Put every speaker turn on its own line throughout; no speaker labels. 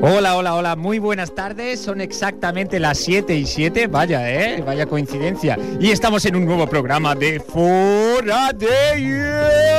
Hola, hola, hola, muy buenas tardes. Son exactamente las 7 y 7. Vaya, ¿eh? Vaya coincidencia. Y estamos en un nuevo programa de Fora de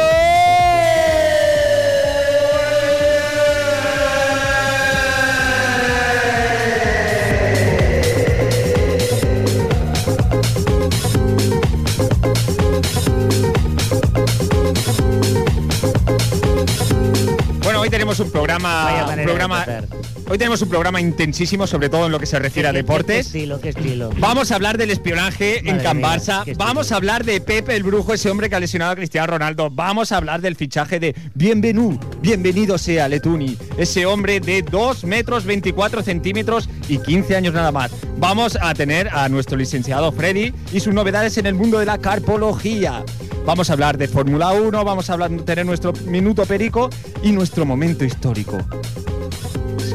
Bueno, hoy tenemos un
Vaya
programa, un
manera
programa
de empezar.
hoy tenemos un programa intensísimo, sobre todo en lo que se refiere a
Qué
deportes.
estilo, qué estilo.
Vamos a hablar del espionaje en
Madre
Can
mía,
Barça.
qué estúpido.
Vamos a hablar de Pepe el Brujo, ese hombre que ha lesionado a Cristiano Ronaldo. Vamos a hablar del fichaje de Bienvenu, bienvenido sea Letuni, ese hombre de 2 metros 24 centímetros y 15 años nada más. Vamos a tener a nuestro licenciado Freddy y sus novedades en el mundo de la carpología. Vamos a hablar de Fórmula 1, vamos a hablar, tener nuestro minuto perico y nuestro momento histórico.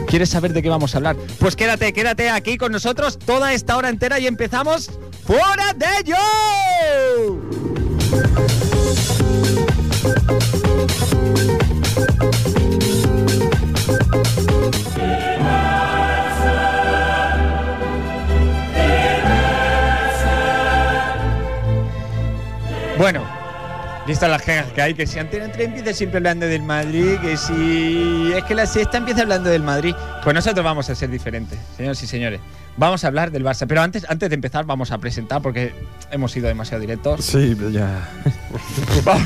¿Quieres saber de qué vamos a hablar? Pues quédate, quédate aquí con nosotros toda esta hora entera y empezamos fuera de ello. Bueno, listas las quejas que hay, que si Antena 3 empieza siempre hablando del Madrid, que si es que la sexta empieza hablando del Madrid, pues nosotros vamos a ser diferentes, señores y señores. Vamos a hablar del Barça, pero antes, antes de empezar vamos a presentar porque hemos sido demasiado directos.
Sí, ya.
Va-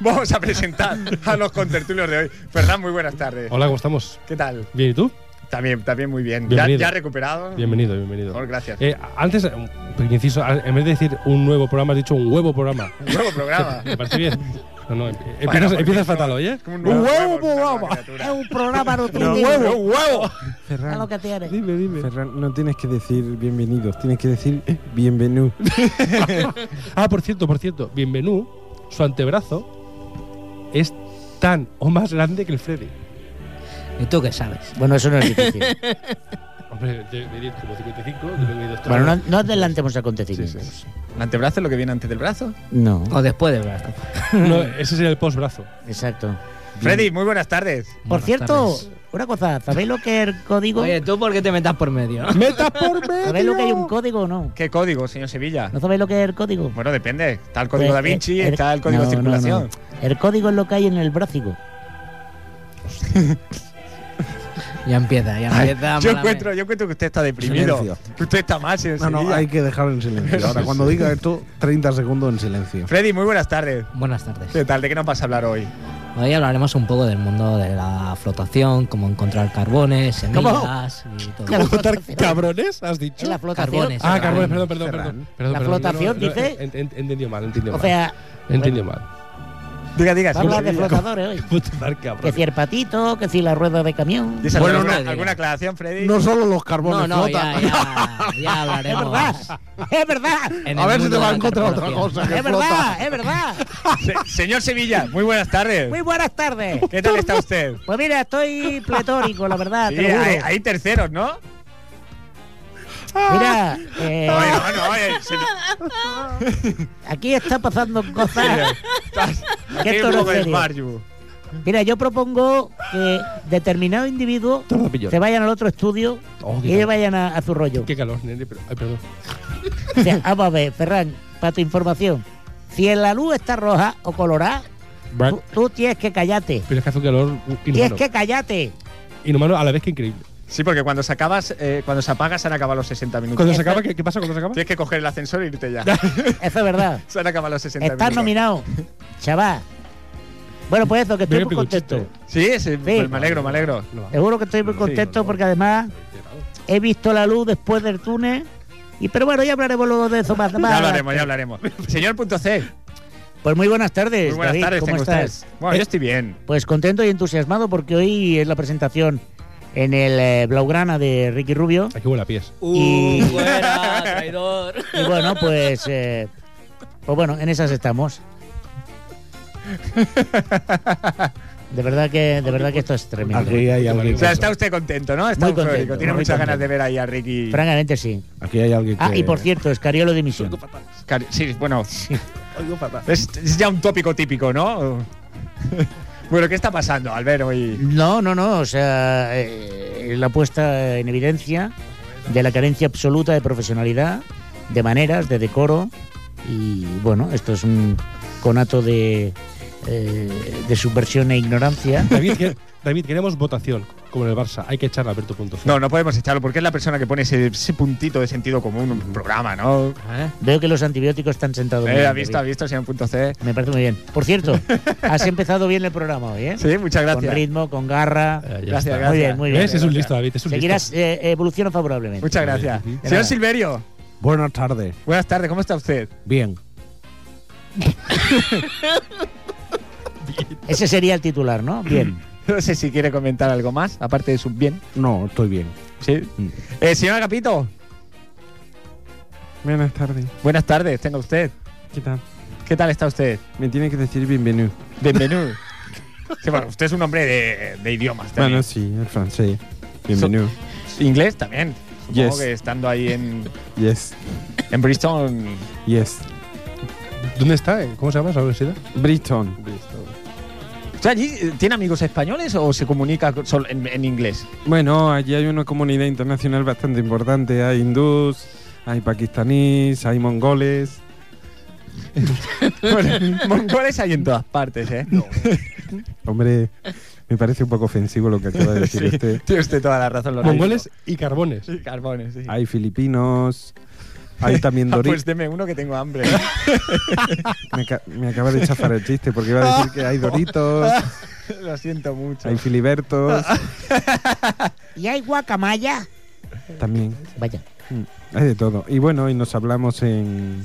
vamos a presentar a los contertulios de hoy. Fernán, muy buenas tardes.
Hola, ¿cómo estamos?
¿Qué tal?
¿Bien y tú?
También, también muy bien. ¿Ya,
Bienvenido.
ya recuperado?
Bienvenido, bienvenido.
Por gracias.
Eh, antes, eh, un pequeño inciso, a- en vez de decir un nuevo programa, has dicho un huevo programa.
Nuevo programa.
Me parece bien. No, no, em- empiezas,
Bueno, porque
empiezas
esto
fatal hoy, ¿eh?
como un
Un
nuevo
huevo
huevo,
programa.
una
Es
criatura.
un programa nutritivo.
un huevo.
Es lo
Ferran,
que tiene.
Dime, dime.
Ferran, no tienes que decir bienvenidos, tienes que decir eh, bienvenido.
Ah, por cierto, por cierto, Bienvenú, su antebrazo es tan o más grande que el Freddy.
¿Y tú qué sabes? Bueno, eso no es difícil.
Hombre, de medir como 55, yo tengo dos
bueno, no, no adelantemos acontecimientos.
¿El antebrazo es lo que viene antes del brazo?
No.
O después de brazo.
No, ese sería el postbrazo.
Exacto.
Freddy, muy buenas tardes.
Por
Buenas
cierto,
tardes.
una cosa, ¿sabéis lo que es el código?
Oye, ¿tú por qué te metas por medio?
¡Meta por medio!
¿Sabéis lo que hay un código o no?
¿Qué código, señor Sevilla?
¿No sabéis lo que es el código?
Bueno, depende. Está el código
Pues,
da Vinci,
eh, el-
está el código
no,
de
no, no.
circulación.
El código es lo que hay en el brácico.
Ya empieza, ya empieza.
Yo
malamente.
encuentro, yo encuentro que usted está deprimido.
Silencio.
Que usted está mal, señor
No, no,
Sevilla.
hay que dejarlo en silencio. Ahora, cuando diga esto, 30 segundos en silencio.
Freddy, muy buenas tardes.
Buenas tardes.
¿Qué tal? ¿De qué nos vas a hablar hoy?
Hoy hablaremos un poco del mundo de la flotación, cómo encontrar carbones, semillas y todo.
Claro.
¿Votar cabrones? ¿Has dicho?
Es la flotación.
Carbones.
Ah, Carbones,
Ferran.
perdón, perdón, perdón,
Ferran.
perdón,
La
perdón,
flotación, dice.
ent- ent- entendió mal, entendió
O
mal.
sea,
entendió mal.
Diga, diga.
va a hablar de
señor Sevilla.
flotadores hoy.
Votar
Que
cabrones.
si el patito, que si la rueda de camión.
¿Dices
Bueno,
alguna,
no, no,
alguna
diga.
aclaración, Freddy?
No solo los carbones
No, no, ya,
flotan.
ya, ya
Es
hablaremos.
verdad, es verdad,
en
A
el
ver si
mundo
te va
de
a
la
encontrar otra
cartografía.
cosa que
es
flota.
verdad, es verdad.
Se- señor Sevilla, muy buenas tardes.
Muy buenas tardes.
¿Qué tal está usted?
Pues mira, estoy pletórico, la verdad,
Sí,
te lo juro.
hay, hay terceros, ¿no?
Mira, eh,
Oye, no, no, oye, se-
aquí está pasando cosas.
aquí hay
esto
un
no
poco
es serio.
de Smart You.
Mira, yo propongo que determinados individuos se vayan al otro estudio
Oh, qué
y ellos
calor.
vayan a, a su rollo.
Qué calor, nene, pero, ay, perdón.
O sea, vamos a ver, Ferran, para tu información, si en la luz está roja o colorada,
Brack,
tú, tú tienes que callarte.
Pero es que hace un calor
Tienes
inhumano.
que callarte.
Inhumano a la vez que increíble.
Sí, porque cuando se, acabas, eh, cuando se apaga se han acabado los 60 minutos.
Cuando se acaba, ¿qué, qué pasa cuando se acaba?
Tienes que coger el ascensor e irte ya.
Eso es verdad.
se han acabado los 60
Estás
minutos.
nominado, chaval. Bueno, pues eso, que estoy
Mira
muy
qué cuchito.
contento.
Sí, sí, pues me alegro, me alegro.
No va.
Seguro que estoy muy
Sí,
contento
no, no.
porque además he visto la luz después del túnel. Y pero bueno, ya hablaremos luego de eso más. más
Ya hablaremos, ya hablaremos. Señor punto C,
Pues muy buenas tardes.
muy buenas
David,
tardes,
¿cómo
tengo
estás?
ustedes. Bueno, yo estoy bien.
Pues contento y entusiasmado porque hoy es la presentación en el eh, Blaugrana de Ricky Rubio.
Aquí huele a pies.
Uh, fuera, traidor.
Y bueno, pues, eh, pues bueno, en esas estamos. De verdad que, de verdad que esto es tremendo.
Aquí hay alguien.
O sea, está
que-
usted contento, ¿no? Está
Muy
eufórico,
contento,
Tiene
muy
muchas ganas
contento.
de ver ahí a Ricky.
Francamente sí.
Aquí hay alguien.
Ah,
que-
y por cierto, Escariolo dimisión.
Cari- Sí, bueno. Es, es ya un tópico típico, ¿no? Bueno, ¿qué está pasando, Albert, y
No, no, no. O sea, eh, la puesta en evidencia de la carencia absoluta de profesionalidad, de maneras, de decoro. Y bueno, esto es un conato de, eh, de subversión e ignorancia.
David, que- David, queremos votación, como en el Barça. Hay que echar a Alberto Punto.
No, no podemos echarlo porque es la persona que pone ese, ese puntito de sentido común en un programa, ¿no?
Veo que los antibióticos están sentados. muy
Eh, ha
Ah, bien,
visto, ha
David.
visto, señor punto C.
Me parece muy bien. Por cierto, has empezado bien el programa hoy, ¿eh?
Sí, muchas gracias.
Con ritmo, con garra.
Gracias,
Muy bien, muy bien.
¿Ves? Es un listo, David. Es un
Seguirás,
listo.
eh, evoluciona favorablemente.
Muchas gracias.
Ujú.
Señor Silverio,
Buenas tardes.
buenas tardes, ¿cómo está usted?
Bien.
Ese sería el titular, ¿no? Bien.
No sé si quiere comentar algo más, aparte de su bien.
No, estoy bien. Mm.
Sí. Eh, señor Agapito,
Buenas tardes.
buenas tardes, tenga usted.
¿Qué tal?
¿Qué tal está usted?
Me tiene que decir bienvenido.
Bienvenido. Sí, bueno, usted es un hombre de, de idiomas también.
Bueno, sí, el francés. Bienvenido.
Inglés también. Supongo
Yes.
que estando ahí en,
Yes,
en Bristol.
yes.
¿Dónde está? ¿Cómo se llama esa universidad?
Briton.
O sea, allí eh, tiene amigos españoles o se comunica con- solo en, en inglés?
Bueno, allí hay una comunidad internacional bastante importante. Hay hindús, hay pakistaníes, hay mongoles.
Bueno, mongoles hay en todas partes, ¿eh?
Hombre, me parece un poco ofensivo lo que acaba de decir este-
Sí,
usted.
tiene usted toda la razón. Lorenzo.
Mongoles y carbones.
Sí, carbones, sí.
Hay filipinos, hay también
Ah, pues
doritos.
deme uno que tengo hambre.
Me, aca- me acaba de chafar el chiste porque iba a decir que hay doritos,
Lo siento mucho.
hay filibertos,
¿Y hay guacamaya?
también. Mm,
Vaya.
Hay de todo. Y bueno, hoy nos hablamos en,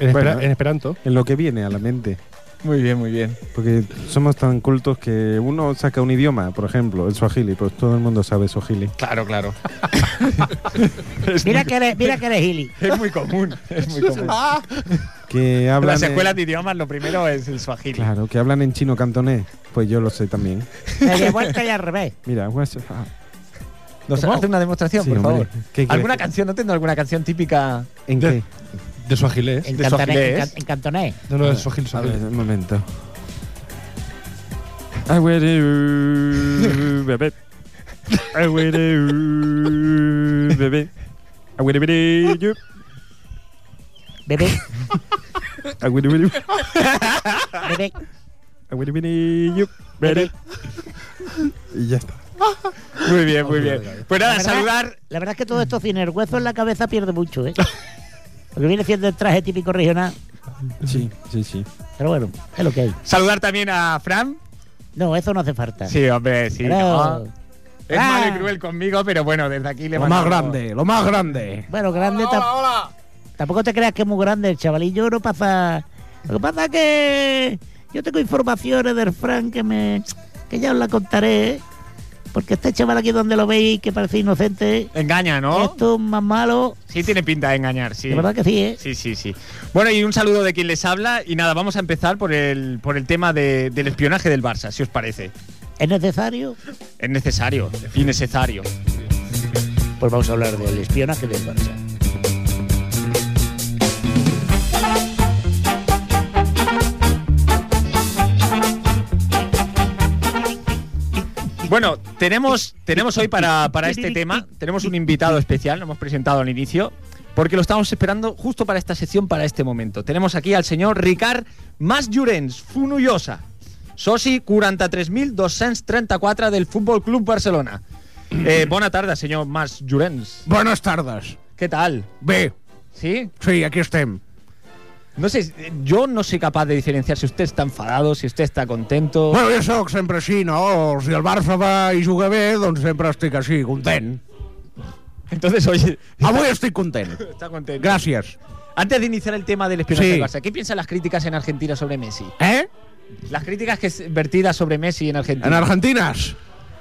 En, espera-
Bueno, eh.
en Esperanto.
en lo que viene a la mente.
Muy bien, muy bien.
Porque somos tan cultos que uno saca un idioma, por ejemplo, el swahili, pues todo el mundo sabe swahili.
Claro, claro.
Mira que eres, mira que eres Gili.
Es muy común. Es muy común.
Que
En
Ah, hablan
las escuelas
en-
de idiomas lo primero es el swahili.
Claro, que hablan en chino cantonés, pues yo lo sé también.
Me de vuelta y al revés.
Mira, guas- ah,
Nos hace una demostración,
Sí,
por
hombre.
favor.
¿Qué
¿Alguna
crees?
canción? ¿No tengo alguna canción típica?
¿En
De-
qué?
De su agilés.
En
De
cantonés. En,
Sojilés.
can- en cantonés.
No, no, de su agil- su
A ver,
agilés.
un momento. I will you, bebé. I will you, bebé. I will you,
Bebé,
I will
bebé.
you, I will you, bebé. Y ya está.
Muy bien, muy bien. Pues nada,
La verdad-
saludar.
La verdad es que todo esto sin el hueso en la cabeza pierde mucho, ¿eh? Lo que viene siendo el traje típico regional.
Sí, sí, sí.
Pero bueno, es lo que hay.
Saludar también a Fran.
No, eso no hace falta.
Sí, hombre, sí.
Pero-
¿no? Es
Ah.
malo y cruel conmigo, pero bueno, desde aquí le
Lo más
mandamos-
grande, lo más grande.
Bueno, grande tam- Tampoco te creas que es muy grande el chavalillo, no pasa. Lo que pasa es que yo tengo informaciones del Fran que me que ya os la contaré. ¿eh? Porque este chaval aquí donde lo veis que parece inocente,
Engaña, ¿no?
esto es más malo.
Sí, tiene pinta de engañar, sí.
De verdad que sí, ¿eh?
Sí, sí, sí. Bueno, y un saludo de quien les habla. Y nada, vamos a empezar por el, por el tema de- del espionaje del Barça, si os parece.
¿Es necesario?
Es necesario, innecesario.
Pues vamos a hablar del espionaje del Barça.
Bueno, tenemos, tenemos hoy para, para este tema, tenemos un invitado especial, lo hemos presentado al inicio, porque lo estábamos esperando justo para esta sección, para este momento. Tenemos aquí al señor Ricard Mas Llorenç Funullosa, soci 43.234 del Fútbol Club Barcelona. Eh, bona tarda, senyor Mas Llorenç.
Buenas tardes.
Què tal?
Ve,
¿Sí?
sí, aquí estén.
No sé, eh, yo no soy capaz de diferenciar si usted está enfadado, si usted está contento.
Bueno, jo sóc sempre així, no? Si el Barça va i juga bé, doncs sempre estic així, content.
Entonces, oye,
Avui estic content.
está contento.
Gràcies.
Antes de iniciar el tema del espionaje
Sí.
del Barça, ¿qué piensan las críticas en Argentina sobre Messi?
Eh?
Las críticas que s- vertidas sobre Messi en Argentina.
En Argentines.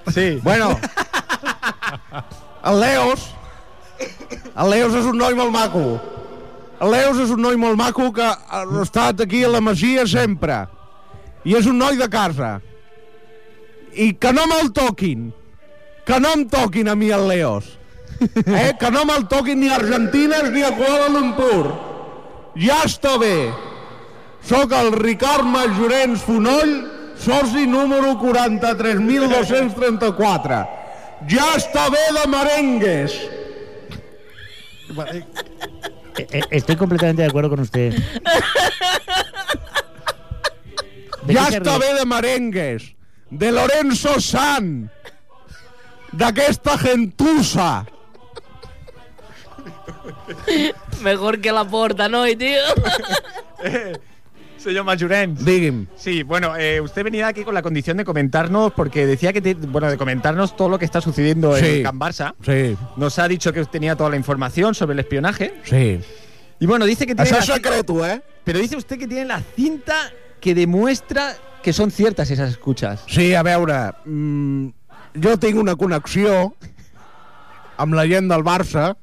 sí.
Bueno. El Leos... El Leos és un noi molt maco. El Leos és un noi molt maco que ha estat aquí a la Masia sempre. I és un noi de casa. I que no me'l toquin. Que no em toquin a mi el Leos. Eh? Que no me'l toquin ni a Argentines ni a Kuala Lumpur. Ja està bé. Sóc el Ricard Majorens Fonoll, Soci número 43.234. Ja està bé de merengues.
Eh, eh, Estoy completamente de acuerdo con usted. ¿De
Ja
qué se
està
ríe?
bé de merengues. De Lorenzo San. D'aquesta gentusa.
Mejor que la porta, ¿no? Y tío.
Señor Majorens.
Digui'm.
Sí, bueno, eh, usted venía aquí con la condición de comentarnos, porque decía que, te- bueno, de comentarnos todo lo que está sucediendo
Sí.
en Can Barça.
Sí,
Nos ha dicho que tenía toda la información sobre el espionaje.
sí.
Y bueno, dice que tiene.
Això
la
és
cin-
secret, eh?
Pero dice usted que tiene la cinta que demuestra que son ciertas esas escuchas.
Sí, a veure, mm, jo tinc una connexió amb la gent del Barça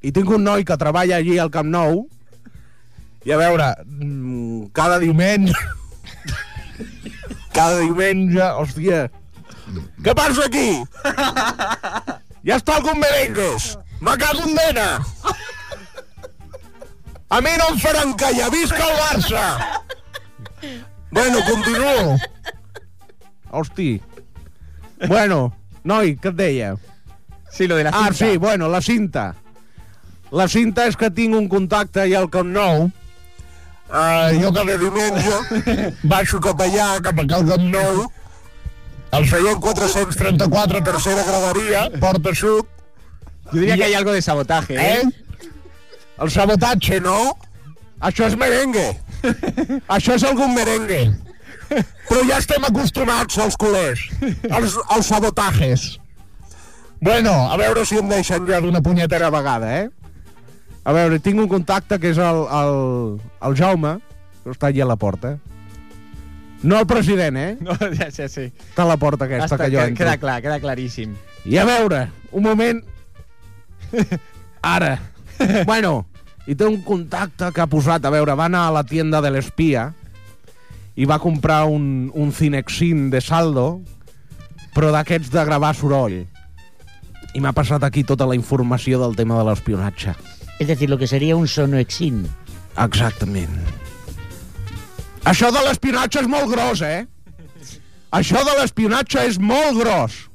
i tinc un noi que treballa allí al Camp Nou i a veure, mm, cada diumenge cada diumenge, hòstia què passa aquí? ja està el Gomberengues me cago en nena a mi no em faran callar visca el Barça bueno, continuo Hosti. Bueno, noi, què et deia?
Sí, lo de la cinta.
Ah, sí, bueno, la cinta. La cinta és que tinc un contacte i al Camp Nou. Uh, jo cada diumenge baixo cap allà, cap a Cal Camp Nou, el seient 434, tercera graderia, porta sud,
Yo diría que hay algo de sabotaje, ¿eh?
eh? El sabotatge, no? Això és merengue. Això és algun merengue. Però ja estem acostumats als culers, als, als sabotajes. Bueno, a veure si em deixen ja d'una punyetera vegada, eh? A veure, tinc un contacte que és el, el, el Jaume, que està allà a la porta. No el president, eh?
No, ya sé, sí.
Està a la porta aquesta
Hasta
que jo
que-
entro.
queda clar, queda clarísimo.
I a veure, un moment... Ara. Bueno, i té un contacte que ha posat, a veure, va anar a la tienda de l'espia i va comprar un, un Cinexin de saldo, però d'aquests de gravar soroll. I m'ha passat aquí tota la informació del tema de l'espionatge.
Es decir, lo que sería un sonoexin.
Exactament. Això de l'espionatge és molt gros, eh? Això de l'espionatge és molt gros.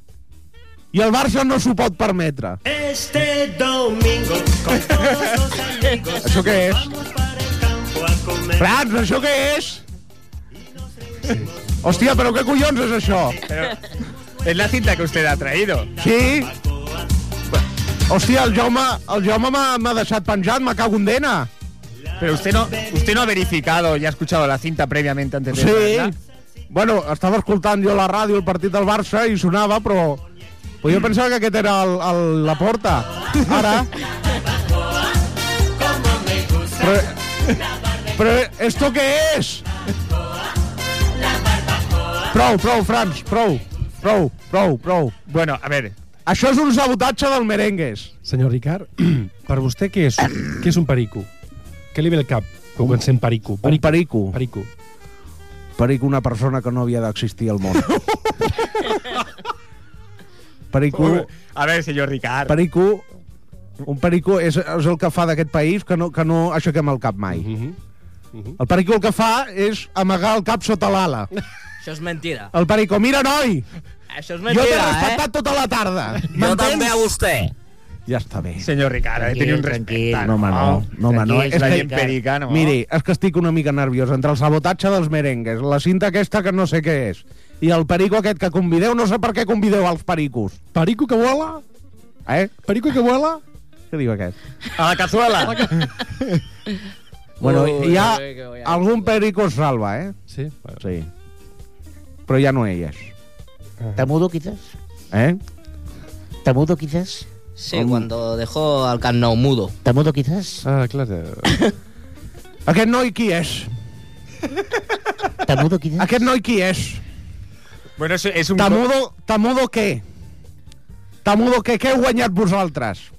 I el Barça no s'ho pot permetre.
Este domingo con todos los amigos
¿Eso qué es?
vamos para el campo a comer.
Prats, això què és? Hòstia, però què collons és això?
Es la cinta que usted ha traído.
Sí? Hòstia, el Jaume, el Jaume m'ha m'ha deixat penjat, me cago en dena.
Pero usted no, usted no ha verificado y ha escuchado la cinta previamente antes de
Sí.
traerla.
Bueno, estava escoltant jo la ràdio, el partit del Barça, i sonava, però... Però jo pensava que aquest era el, el, la porta. Ara... Però, però esto què és? Prou, prou, Franz, prou. Prou, prou, prou.
Bueno, a ver,
Això és un sabotatge del merengues.
Senyor Ricard, per vostè què és, què és un perico? Què li ve al cap quan pensem perico?
Un
Perico.
perico.
perico.
Perico, una persona que no havia d'existir al món. perico,
a ver, señor Ricard.
perico, un perico és, és el que fa d'aquest país que no, que no aixequem el cap mai.
Mhm.
El perico el que fa és amagar el cap sota l'ala.
Això és mentida.
El perico, mira, noi,
Això és
jo t'he
mentida, eh?
respectat tota la tarda. M'entens?
vostè.
Ja està bé.
Señor Ricard, ha de tener un
Tranquil,
respeto.
No, home, no. No, home, no.
Tranquil,
És
Es la
tranquil.
que,
bien perica, ¿no?
miri, és que estic una mica nerviós entre el sabotatge dels merengues, la cinta aquesta que no sé què és, i el perico aquest que convideu, no sé per què convideu els pericos.
Perico que vola?
Eh?
Perico que vola?
Què diu aquest?
A la cazuela.
Bueno,
Ui,
hi ha
ui, que voy a-
algun perico es salva, eh?
Sí. bueno.
Sí. Però ja no ell és.
¿Tamudo quizás?
Eh?
¿Tamudo quizás?
Sí, cuando dejó al Camp Nou mudo.
¿Tamudo quizás?
Ah, clar.
Aquest noi qui és?
¿Tamudo quizás?
Aquest noi qui és?
Bueno, es, es un.
Tamudo, tamudo què? Tamudo què? Què heu guanyat vosaltres?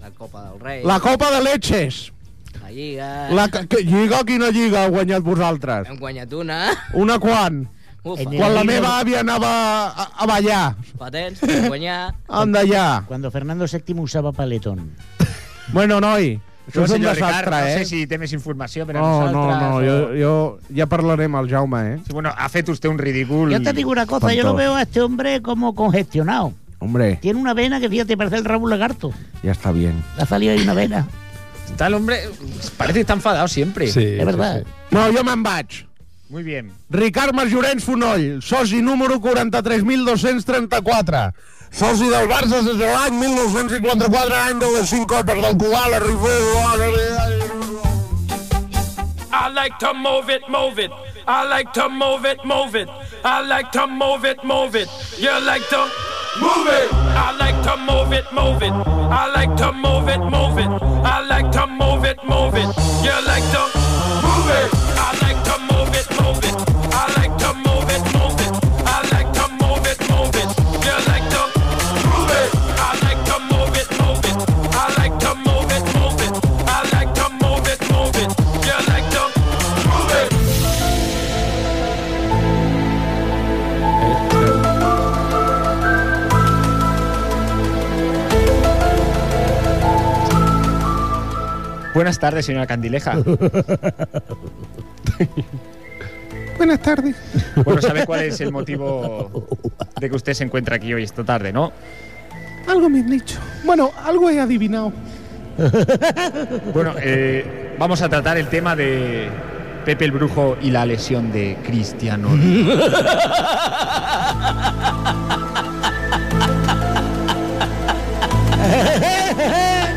La Copa del Rei,
La copa de letxes.
la Lliga...
La ca- que- lliga, quina lliga heu guanyat vosaltres?
Hem guanyat una.
Una quan?
Ufa,
En
Quan la meva àvia anava a, a ballar,
patents, per guanyar.
anda allà.
Cuando Fernando VII usaba paletón.
Bueno, noi, Això és un
senyor Ricard,
desastre,
No
eh?
sé si té més informació per a
No, no,
nosaltres.
no,
o-
jo, jo ja parlaré amb el Jaume, eh?
Sí, bueno, ha fet usted un ridícul.
Yo te digo una cosa, yo lo
Espantoso.
veo a este hombre como congestionado.
Hombre,
Tiene una vena que, fíjate, parece el Raúl Lagarto.
ja està bé.
Le ha salido ahí una vena.
Está el hombre... Parece que está enfadado siempre.
es verdad.
No, jo me'n vaig.
Muy bien.
Ricard Marjorens Fonoll, soci número 43.234. Soci del Barça des de l'any 1954, any de les 5 cotes del Cubà, la Rifeu...
I like to move it, move it. I like to move it, move it. I like to move it, move it. You like to move it. I like to move it, move it. I like to move it, move it. I like to move it, move it. You like to move it. I like to move it, move it. I like to move it, move it. I like to move it, move it. You like to move it. I like to move it, move it. I like to move it, move it. I like to move it, move it. You like to move it.
Buenas tardes, señora Candileja.
Buenas tardes.
Bueno, ¿sabe cuál es el motivo de que usted se encuentra aquí hoy esta tarde, no?
Algo me han dicho. Bueno, algo he adivinado.
Bueno, eh, vamos a tratar el tema de Pepe el Brujo y la lesión de Cristiano. Ronaldo.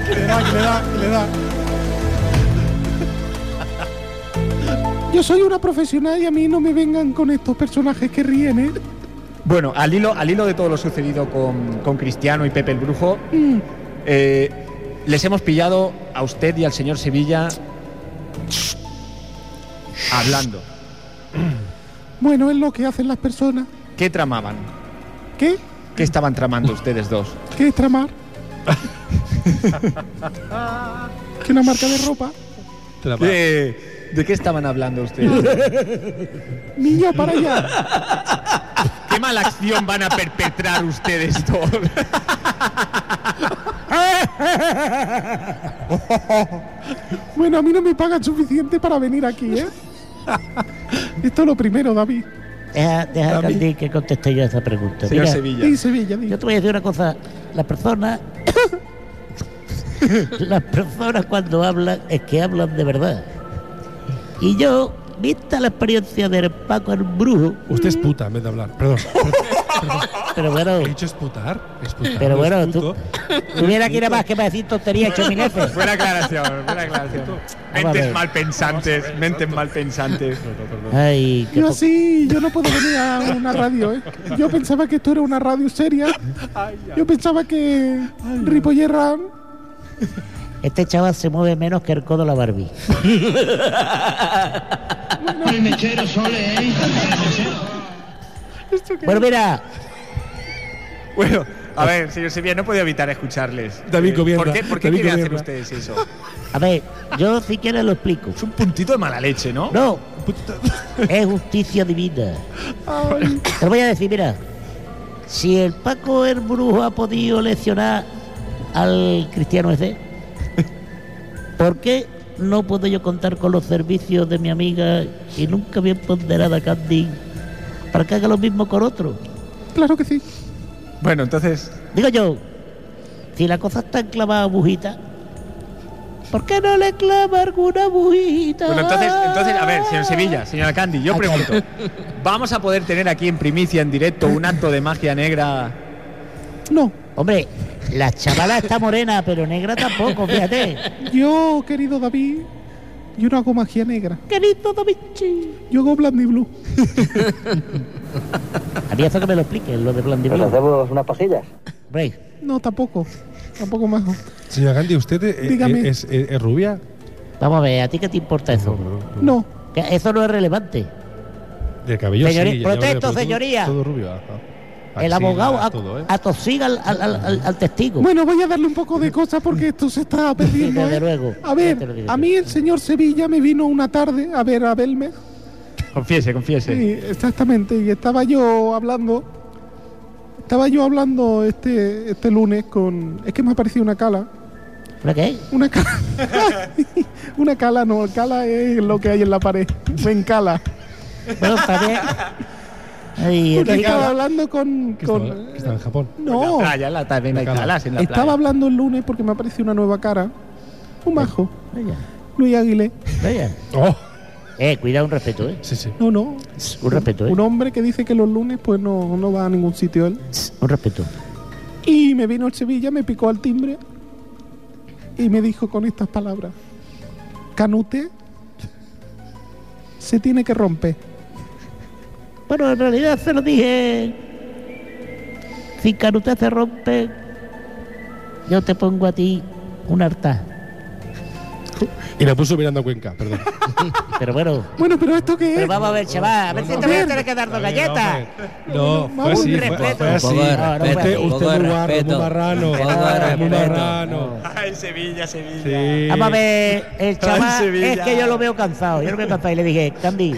Le da, le da, le da. Yo soy una profesional y a mí no me vengan con estos personajes que ríen, ¿eh?
Bueno, al hilo, al hilo de todo lo sucedido con, con Cristiano y Pepe el Brujo, eh, les hemos pillado a usted y al señor Sevilla hablando.
Bueno, es lo que hacen las personas.
¿Qué tramaban?
¿Qué?
¿Qué estaban tramando ustedes dos?
¿Qué es tramar? que una marca de ropa.
Te la pago.
Eh, ¿De qué estaban hablando ustedes?
Niña, para allá.
¿Qué mala acción van a perpetrar ustedes dos?
Bueno, a mí no me pagan suficiente para venir aquí, ¿eh? Esto es lo primero, David.
Deja, deja Candy, que conteste yo a esa pregunta.
Señor
Mira,
Sevilla.
Y Sevilla, di.
Yo te voy a decir una cosa. Las personas. las personas cuando hablan es que hablan de verdad. Y yo, vista la experiencia del Paco el Brujo,
Usted es puta en vez de hablar. Perdón.
pero bueno.
He dicho esputar. Esputar.
Pero
no es
bueno, tú
puto.
tuviera que ir a más que para decir tontería hecho mi jefe.
Buena aclaración, buena aclaración.
Vamos a ver.
Mentes mal pensantes, mentes mal pensantes.
Ay, qué
Yo
po-
así, yo no puedo venir a una radio, ¿eh? Yo pensaba que esto era una radio seria. Yo pensaba que Ripoller Ram...
Este chaval se mueve menos que el codo de la Barbie. ¿eh? Bueno, mira,
Bueno, a ver, señor Sevilla, no podía evitar escucharles. Eh,
David Gobierna,
¿Por qué, por qué
David
quieren
Gobierna.
hacer ustedes eso?
a ver, yo si quieres lo explico.
Es un puntito de mala leche, ¿no?
No, es justicia divina. Te lo voy a decir, mira, si el Paco el Brujo ha podido lesionar al cristiano ese, ¿por qué no puedo yo contar con los servicios de mi amiga y nunca bien ponderada Candy para que haga lo mismo con otro?
Claro que sí.
Bueno, entonces,
Digo yo, si la cosa está clavada a bujita, ¿por qué no le clava alguna bujita?
bueno, entonces, entonces, a ver, señor Sevilla, señora Candy, yo pregunto, ¿vamos a poder tener aquí en primicia, en directo, un acto de magia negra?
No,
Hombre, la chavala está morena, pero negra tampoco, fíjate.
yo, querido David, yo no hago magia negra.
Querido Da Vinci.
Yo hago Blandy Blue.
Había eso que me lo explique, lo de Blondie Blue. hacemos unas pasillas? Hombre,
No, tampoco. Tampoco más.
Señora Gandhi, ¿usted eh,
Dígame.
eh, es, eh, es rubia?
vamos a ver, ¿a ti qué te importa eso?
No.
Que Eso no es relevante.
De cabello
Señorí-
sí. ya
protesto,
veo, pero todo-
señoría.
Todo rubio. ajá.
el
Axila,
abogado a-
todo, ¿eh?
atosiga al, al- al- al- al testigo.
Bueno, voy a darle un poco de cosa porque esto se está perdiendo.
Desde
¿eh?
luego.
A
Ya te lo
ver,
digo
a
yo.
mí el señor Sevilla me vino una tarde a ver a verme.
Confiese, confiese.
Sí, exactamente. Y estaba yo hablando. Estaba yo hablando este, este lunes con. Es que me ha aparecido una cala.
¿Una qué?
Una cala. una cala no, cala es lo que hay en la pared. Se encala.
Bueno, también. Ay,
Porque
aquí-
estaba hablando con.
Que
con-
estaba, que estaba en Japón.
Oh.
No,
Ah, ya en la, también hay
Claro.
calas en la
estaba
playa.
hablando el lunes porque me apareció una nueva cara. Un majo.
Vaya,
Luis Aguilé.
vaya.
Oh,
Eh, cuidado, un respeto, eh.
sí, sí.
No, no.
Un respeto, eh.
Un hombre que dice que los lunes pues no, no va a ningún sitio él.
Un respeto.
Y me vino el Sevilla, me picó al timbre y me dijo con estas palabras: Canute se tiene que romper.
Bueno, en realidad se lo dije. Si Canute se rompe, yo te pongo a ti un harta.
Y la puso mirando a Cuenca, perdón.
Pero bueno.
Bueno, pero ¿esto qué
Pero
es?
vamos a ver, chaval. A ver si te voy a tener que dar dos
Está bien,
galletas.
No,
Un
fue así, fue,
respeto.
fue así.
Un poco de
Ah, no,
respeto,
Pues Usted,
un poco
usted
de
muy barro, muy
respeto.
marrano.
Un poco de
ah,
Muy
respeto.
marrano.
En Sevilla, Sevilla.
Sí.
Vamos a ver, el chaval
Sevilla.
es que yo lo veo cansado, yo lo veo cansado y le dije, Candy,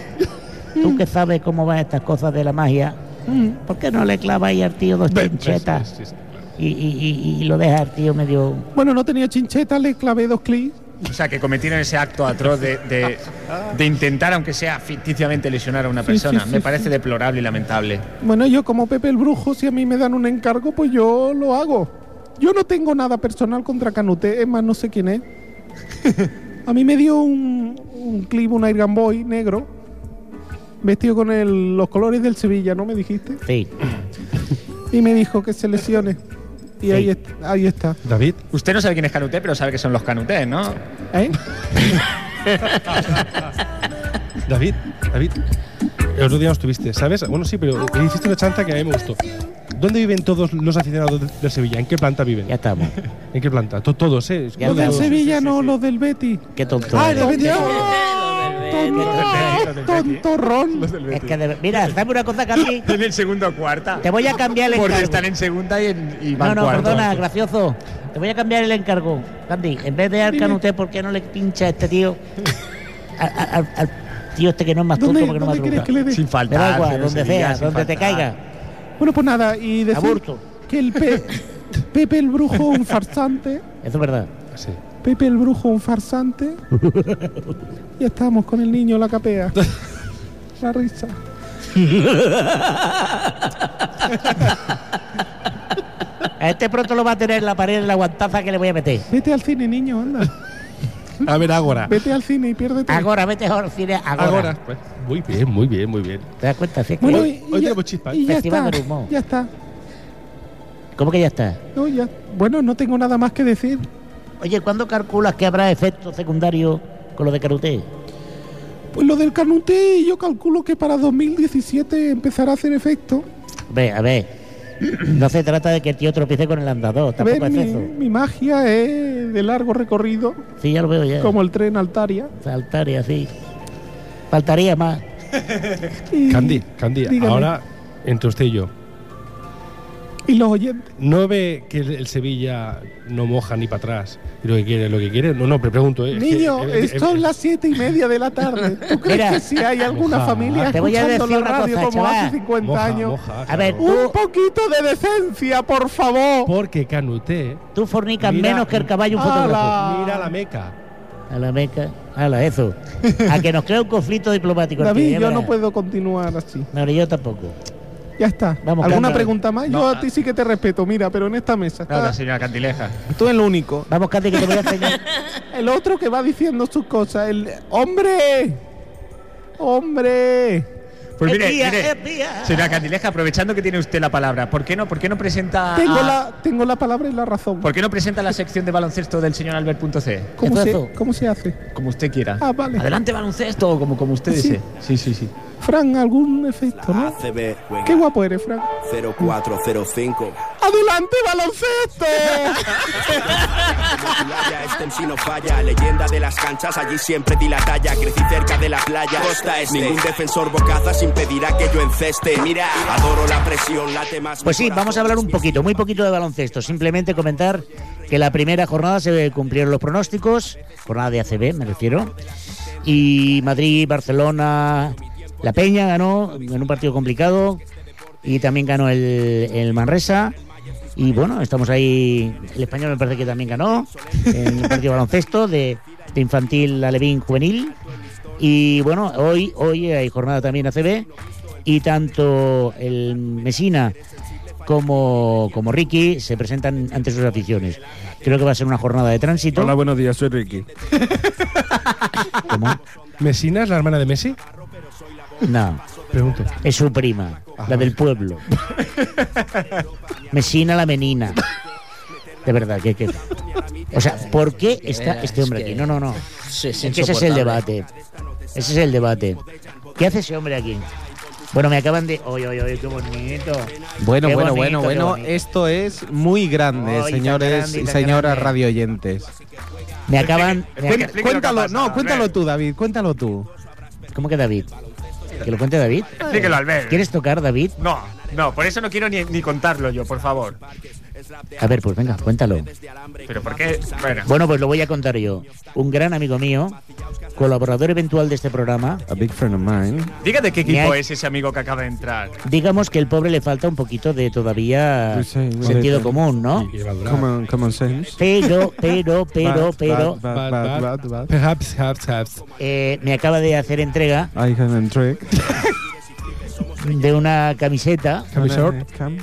tú que sabes cómo van estas cosas de la magia,
Mm.
¿por qué no le claváis al tío dos chinchetas
Sí, sí, sí, claro.
y, y- y- y lo dejas al tío medio...
Bueno, no tenía chincheta, le clavé dos clics.
O sea, que cometieron ese acto atroz de, de- de intentar, aunque sea ficticiamente, lesionar a una
Sí,
persona.
sí, sí,
Me
sí.
parece deplorable y lamentable.
Bueno, yo como Pepe el Brujo, si a mí me dan un encargo, pues yo lo hago. Yo no tengo nada personal contra Canute, es más, no sé quién es. A mí me dio un, un clip, un Airgun Boy negro, vestido con el- los colores del Sevilla, ¿no me dijiste?
Sí,
Y me dijo que se lesione. Y ahí, est- ahí está.
David,
Usted no sabe quién es Canute, pero sabe que son los Canutés, ¿no?
¿Eh?
David, David. El otro día no estuviste, ¿sabes? Bueno, sí, pero hiciste una chanza que a mí me gustó. ¿Dónde viven todos los aficionados de, de Sevilla? ¿En qué planta viven?
ya estamos.
¿En qué planta? To- todos, ¿eh?
Ya
Todos.
Los del
está.
Sevilla, no los del Betty.
Qué tonto.
¡Ah,
eres.
los del Betty!
Los
¡Oh, ¡Tontorrón!
Es que de- Mira, dame una cosa, Candy,
En el segundo o cuarta.
te voy a cambiar el
Porque
encargo.
están en segunda y, en, y
No,
van
no,
cuartos.
perdona, gracioso. Te voy a cambiar el encargo. Candy, en vez de al
Dime.
Canute, ¿por qué no le pincha a este tío? Al, al- al- al tío este que no es más tonto
¿Dónde,
porque no
dónde
madruga.
quieres que le dé?
Sin
Me
faltar.
da igual,
señor
donde
Sevilla,
sea,
sin
donde te
faltar.
caiga.
Bueno, pues nada, y decir
Aburto.
que el Pe- Pepe el Brujo un farsante.
Eso es verdad.
Ah, Sí.
Pepe el Brujo un farsante. ya estamos con el niño, la capea. La risa.
A este pronto lo va a tener en la pared en la guantaza que le voy a meter.
Vete al cine, niño, anda.
A ver, Ágora.
Vete al cine y piérdete.
Ah,
Ahora, vete ahora al cine, ahora.
Pues, muy bien, muy bien, muy bien.
¿Te das cuenta? Sí, es que-
Bueno,
Hoy-
y,
hoy
y ya,
tenemos chispa, ¿eh?
y ya
Festival
está.
del humor.
Ya está.
¿Cómo que ya está?
No, ya. Bueno, no tengo nada más que decir.
Oye, ¿cuándo calculas que habrá efectos secundarios con lo de Caruté?
Pues lo del canute, yo calculo que para 2017 empezará a hacer efecto.
Ve, a ver. No se trata de que el tío tropiece con el andador,
A ver,
tampoco es
mi,
eso.
mi magia es de largo recorrido,
Sí, ya lo veo ya.
como el tren Altaria.
Saltar y así. Faltaría más.
Y-
Candy, Candy,
dígame.
ahora entre usted y yo.
Y los oyentes.
¿No ve que el, el Sevilla no moja ni para atrás? Y lo que quiere, lo que quiere. No, no, pero pregunto, ¿eh? Es que-
Niño,
eh, eh,
son
eh,
las siete y media de la tarde. ¿Tú crees
Mira,
que si hay alguna
moja.
familia
Te voy a
escuchando
decir
la
una
radio
cosa,
como
chaval.
hace 50
moja,
años?
moja,
A
claro.
ver,
Un poquito de decencia, por favor.
Porque Canute
Tú fornicas
Mira,
menos que el caballo un
ala.
fotógrafo.
Ah.
mira la meca.
A la meca. A la eso. A que nos crea un conflicto diplomático. el tío,
David,
ya
yo no
verás.
puedo continuar así.
No, ni yo tampoco.
Ya está.
Vamos,
¿Alguna
Carlos.
pregunta más? yo
ah.
a ti sí que te respeto, mira, pero en esta mesa
No,
está
la señora Cantileja.
Tú eres el único.
Vamos, Candy, que te voy a enseñar.
el otro que va diciendo sus cosas. El hombre, hombre.
Pues
Es
mire,
mía,
mire,
es mía.
señora Cantileja, aprovechando que tiene usted la palabra, ¿por qué no, por qué no
Ah.
presenta
Tengo
a-
la tengo la palabra y la razón.
¿Por qué no presenta la sección de baloncesto del señor Albert.c?
¿Cómo
Esto.
se, ¿Cómo se hace?
Como usted quiera.
Ah, vale.
Adelante baloncesto, o como, como usted
Sí.
dice. Sí, sí, sí.
Fran, algún efecto, ¿no?
ACB
Qué guapo eres, Fran.
0405.
¡Adelante, baloncesto!
Playa, este MC no falla, leyenda de las canchas, allí siempre di la talla, crecí cerca de la playa, costa este. Ningún defensor bocazas impedirá que yo enceste, mira, adoro la presión, late más.
Pues sí, vamos a hablar un poquito, muy poquito de baloncesto. Simplemente comentar que la primera jornada se cumplieron los pronósticos, jornada de ACB me refiero, y Madrid, Barcelona, La Peña ganó en un partido complicado y también ganó el, el Manresa. Y bueno, estamos ahí. El español me parece que también ganó en el partido de baloncesto de, de infantil alevín juvenil. Y bueno, hoy, hoy hay jornada también ACB. Y tanto el Mesina como, como Ricky se presentan ante sus aficiones. Creo que va a ser una jornada de tránsito.
Hola, buenos días, soy Ricky.
¿Mesina es la hermana de Messi?
No.
Pregunto.
Es su prima, la del pueblo. Mesina la menina. De verdad, que, que- O sea, ¿por qué está este hombre aquí? No, no, no.
Sí, es
Es que ese es el
insoportable.
debate. Ese es el debate. ¿Qué hace ese hombre aquí? Bueno, me acaban de. ¡Oye, oye, oye, qué bonito!
Bueno,
Qué
bueno,
bonito,
bueno,
qué
bueno.
bonito.
Esto es muy grande,
Ay, tan
señores
grande,
y
tan
señoras
grande.
radioyentes.
Me acaban. me
Cuen-
aca-
Cuéntalo, no, cuéntalo tú, David, cuéntalo tú.
¿Cómo que David? ¿Que lo cuente David?
Explíquelo, Albert.
¿Quieres tocar, David?
No, no, por eso no quiero ni, ni contarlo yo, por favor.
A ver, pues venga, cuéntalo.
Pero ¿por qué? Bueno,
Bueno, pues lo voy a contar yo. Un gran amigo mío, colaborador eventual de este programa.
A big friend of mine.
diga de qué
Me
equipo
ha-
es ese amigo que acaba de entrar.
Digamos que el pobre le falta un poquito de todavía
Sí, sí, sí.
sentido común, ¿no?
Common, common sense.
Pero, pero, pero,
Bad,
pero,
bad, bad, bad, bad, bad.
Perhaps, perhaps, perhaps.
eh, me acaba de hacer entrega
I haven't trick.
de una camiseta,
Can we short?
Come.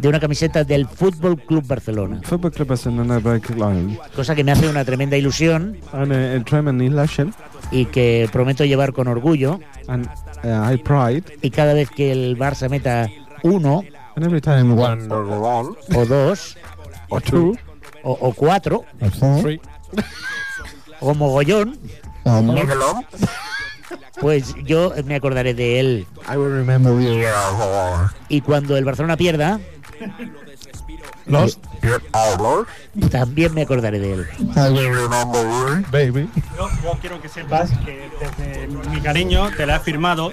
de una camiseta del Fútbol Club Barcelona.
Football club is another back line.
Cosa que me hace una tremenda ilusión
And uh, a, a tremendous illusion.
y que prometo llevar con orgullo.
And uh, I pride.
Y cada vez que el Barça meta uno
And every time one
o dos
or two.
o, o cuatro
Three.
o mogollón, pues yo me acordaré de él.
I will remember you.
Y cuando el Barcelona pierda,
Lost,
también me acordaré de él.
baby.
Yo, yo quiero que sepas que desde mi cariño te la he firmado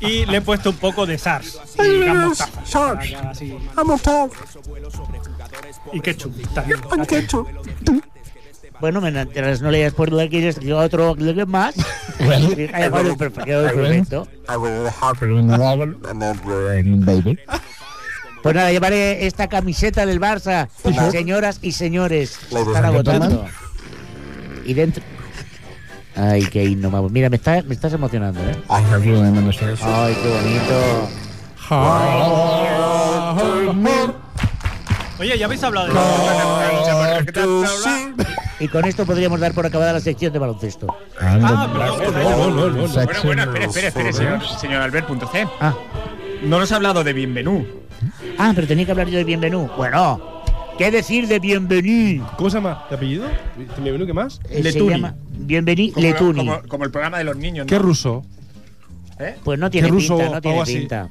y le he puesto un poco de SARS. Y digamos, tapas, para así. Y ketchup también.
Bueno, mientras no leas por la que yo estoy otro lo que más. Ay, vale, perfecto, perfecto.
Ah,
Pues nada, llevaré esta camiseta del Barça, señoras y señores. Se están agotando. Y dentro. Ay, qué himno, vamos. Mira, me, está- me estás emocionando, ¿eh? Ay, qué bonito.
Oye, ya habéis hablado de.
Y con esto podríamos dar por acabada la sección de baloncesto.
Ah, perdón,
No, no, no, no.
Bueno, bueno, espere, espere, espere, señor, señor Albert.c.
Ah,
No nos ha hablado de Bienvenú.
ah, pero tenía que hablar yo de bienvenido. Bueno, ¿qué decir de bienvenido?
¿Cómo se llama? ¿De apellido? ¿Me vino qué más?
Letuni.
Bienvenido
Como, la-
Letuni.
como- como el programa de los niños. ¿no?
¿Qué ruso?
Pues no tiene
¿Qué ruso
pinta, no
o
tiene
algo así?
pinta.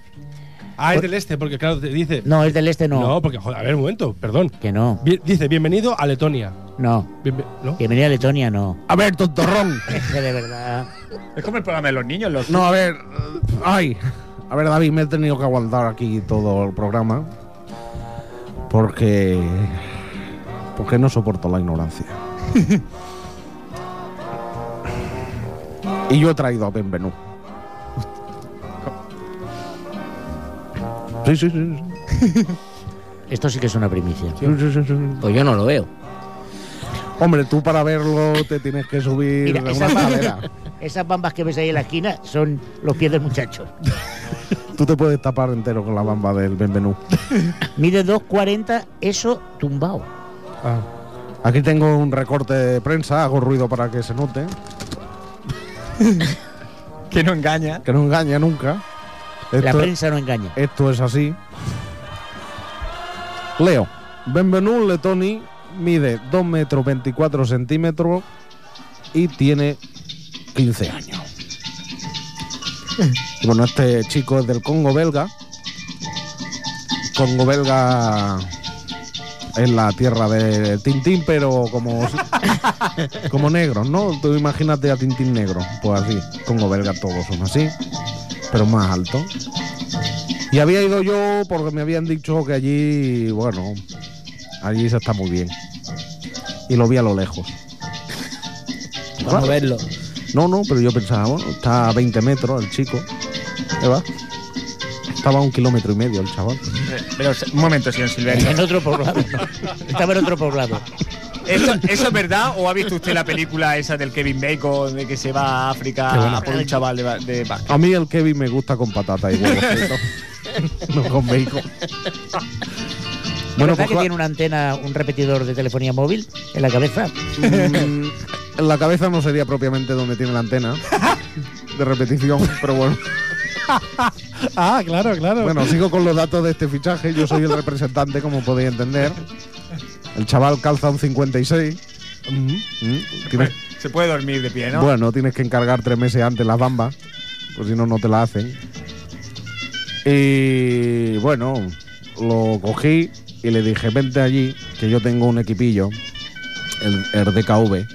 Ah, es del este, porque claro, te dice.
No, es del este no.
No, porque, joder, a ver, un momento, perdón.
Que no,
Bien- dice, bienvenido a Letonia.
no.
Bienve- ¿no?
Bienvenido a Letonia, no.
A ver, tontorrón.
Es que de verdad.
Es como el programa de los niños. Los...
No, a ver. eh, Ay. A ver, David, me he tenido que aguantar aquí todo el programa. Porque. Porque no soporto la ignorancia. y yo he traído a Benvenú. Sí, sí, sí. sí.
Esto sí que es una primicia.
Sí, sí, sí, sí.
Pues yo no lo veo.
Hombre, tú para verlo te tienes que subir
Mira,
a una
esas bambas,
escalera.
esas bambas que ves ahí en la esquina son los pies del muchacho.
Tú te puedes tapar entero con la bamba del Benvenú.
Mide 2,40, eso tumbado.
Ah. Aquí tengo un recorte de prensa, hago ruido para que se note.
Que no engaña.
que no engaña nunca.
La
Esto,
prensa no engaña.
esto es así. Leo, Benvenú Letoni mide 2 metros 24 centímetros y tiene 15 años. Y Bueno, este chico es del Congo belga. Congo belga es la tierra de Tintín, pero como, como negro, ¿no? Tú imagínate a Tintín negro, pues así. Congo belga todos son así pero más alto. Y había ido yo porque me habían dicho que allí, bueno, allí se está muy bien. Y lo vi a lo lejos.
Vamos a verlo.
No, no, pero yo pensaba, bueno, está a 20 metros el chico. ¿Qué va?
estaba a un kilómetro y medio el chaval.
Pero un momento, señor Silverio.
En otro poblado. Estaba en otro poblado.
¿Eso, eso es verdad o ha visto usted la película esa del Kevin Bacon de que se va a
Qué
África
buena
por un chaval de, ba- de ba-
A mí el Kevin me gusta con patata y huevos fritos. no con bacon.
Bueno,
Bueno,
¿Verdad
pues
que
cla-
tiene una antena, un repetidor de telefonía móvil en la cabeza?
Mm, en la cabeza no sería propiamente donde tiene la antena de repetición, pero bueno.
Ah, claro, claro.
Bueno, sigo con los datos de este fichaje. Yo soy el representante, como podéis entender. El chaval calza un 56. Mm, tienes-
Se puede dormir de pie, ¿no?
Bueno, tienes que encargar tres meses antes las bambas, pues si no, no te la hacen. Y bueno, lo cogí y le dije, vente allí, que yo tengo un equipillo, el, el DKV,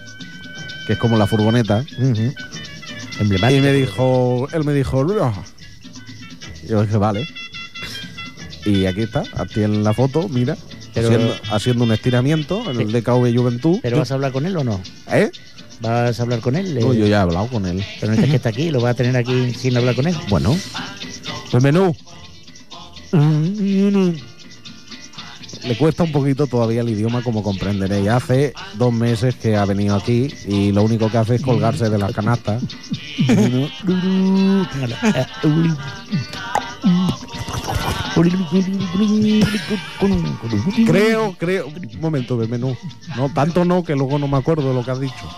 que es como la furgoneta. Y me dijo, él me dijo, "Ruah". yo dije, vale. Y aquí está, aquí en la foto, mira,
Pero-
haciendo, haciendo un estiramiento en el DKV Juventud.
¿Pero vas a hablar con él o no?
¿Eh?
¿Vas a hablar con él? Eh,
No, yo ya he hablado con él.
Pero no es que está aquí, lo vas a tener aquí sin hablar con él.
Bueno. El menú. Mm, Le cuesta un poquito todavía el idioma, como comprenderéis. Hace dos meses que ha venido aquí y lo único que hace es colgarse de las canastas. Creo, creo. Un momento, de menú. No, tanto no que luego no me acuerdo de lo que has dicho.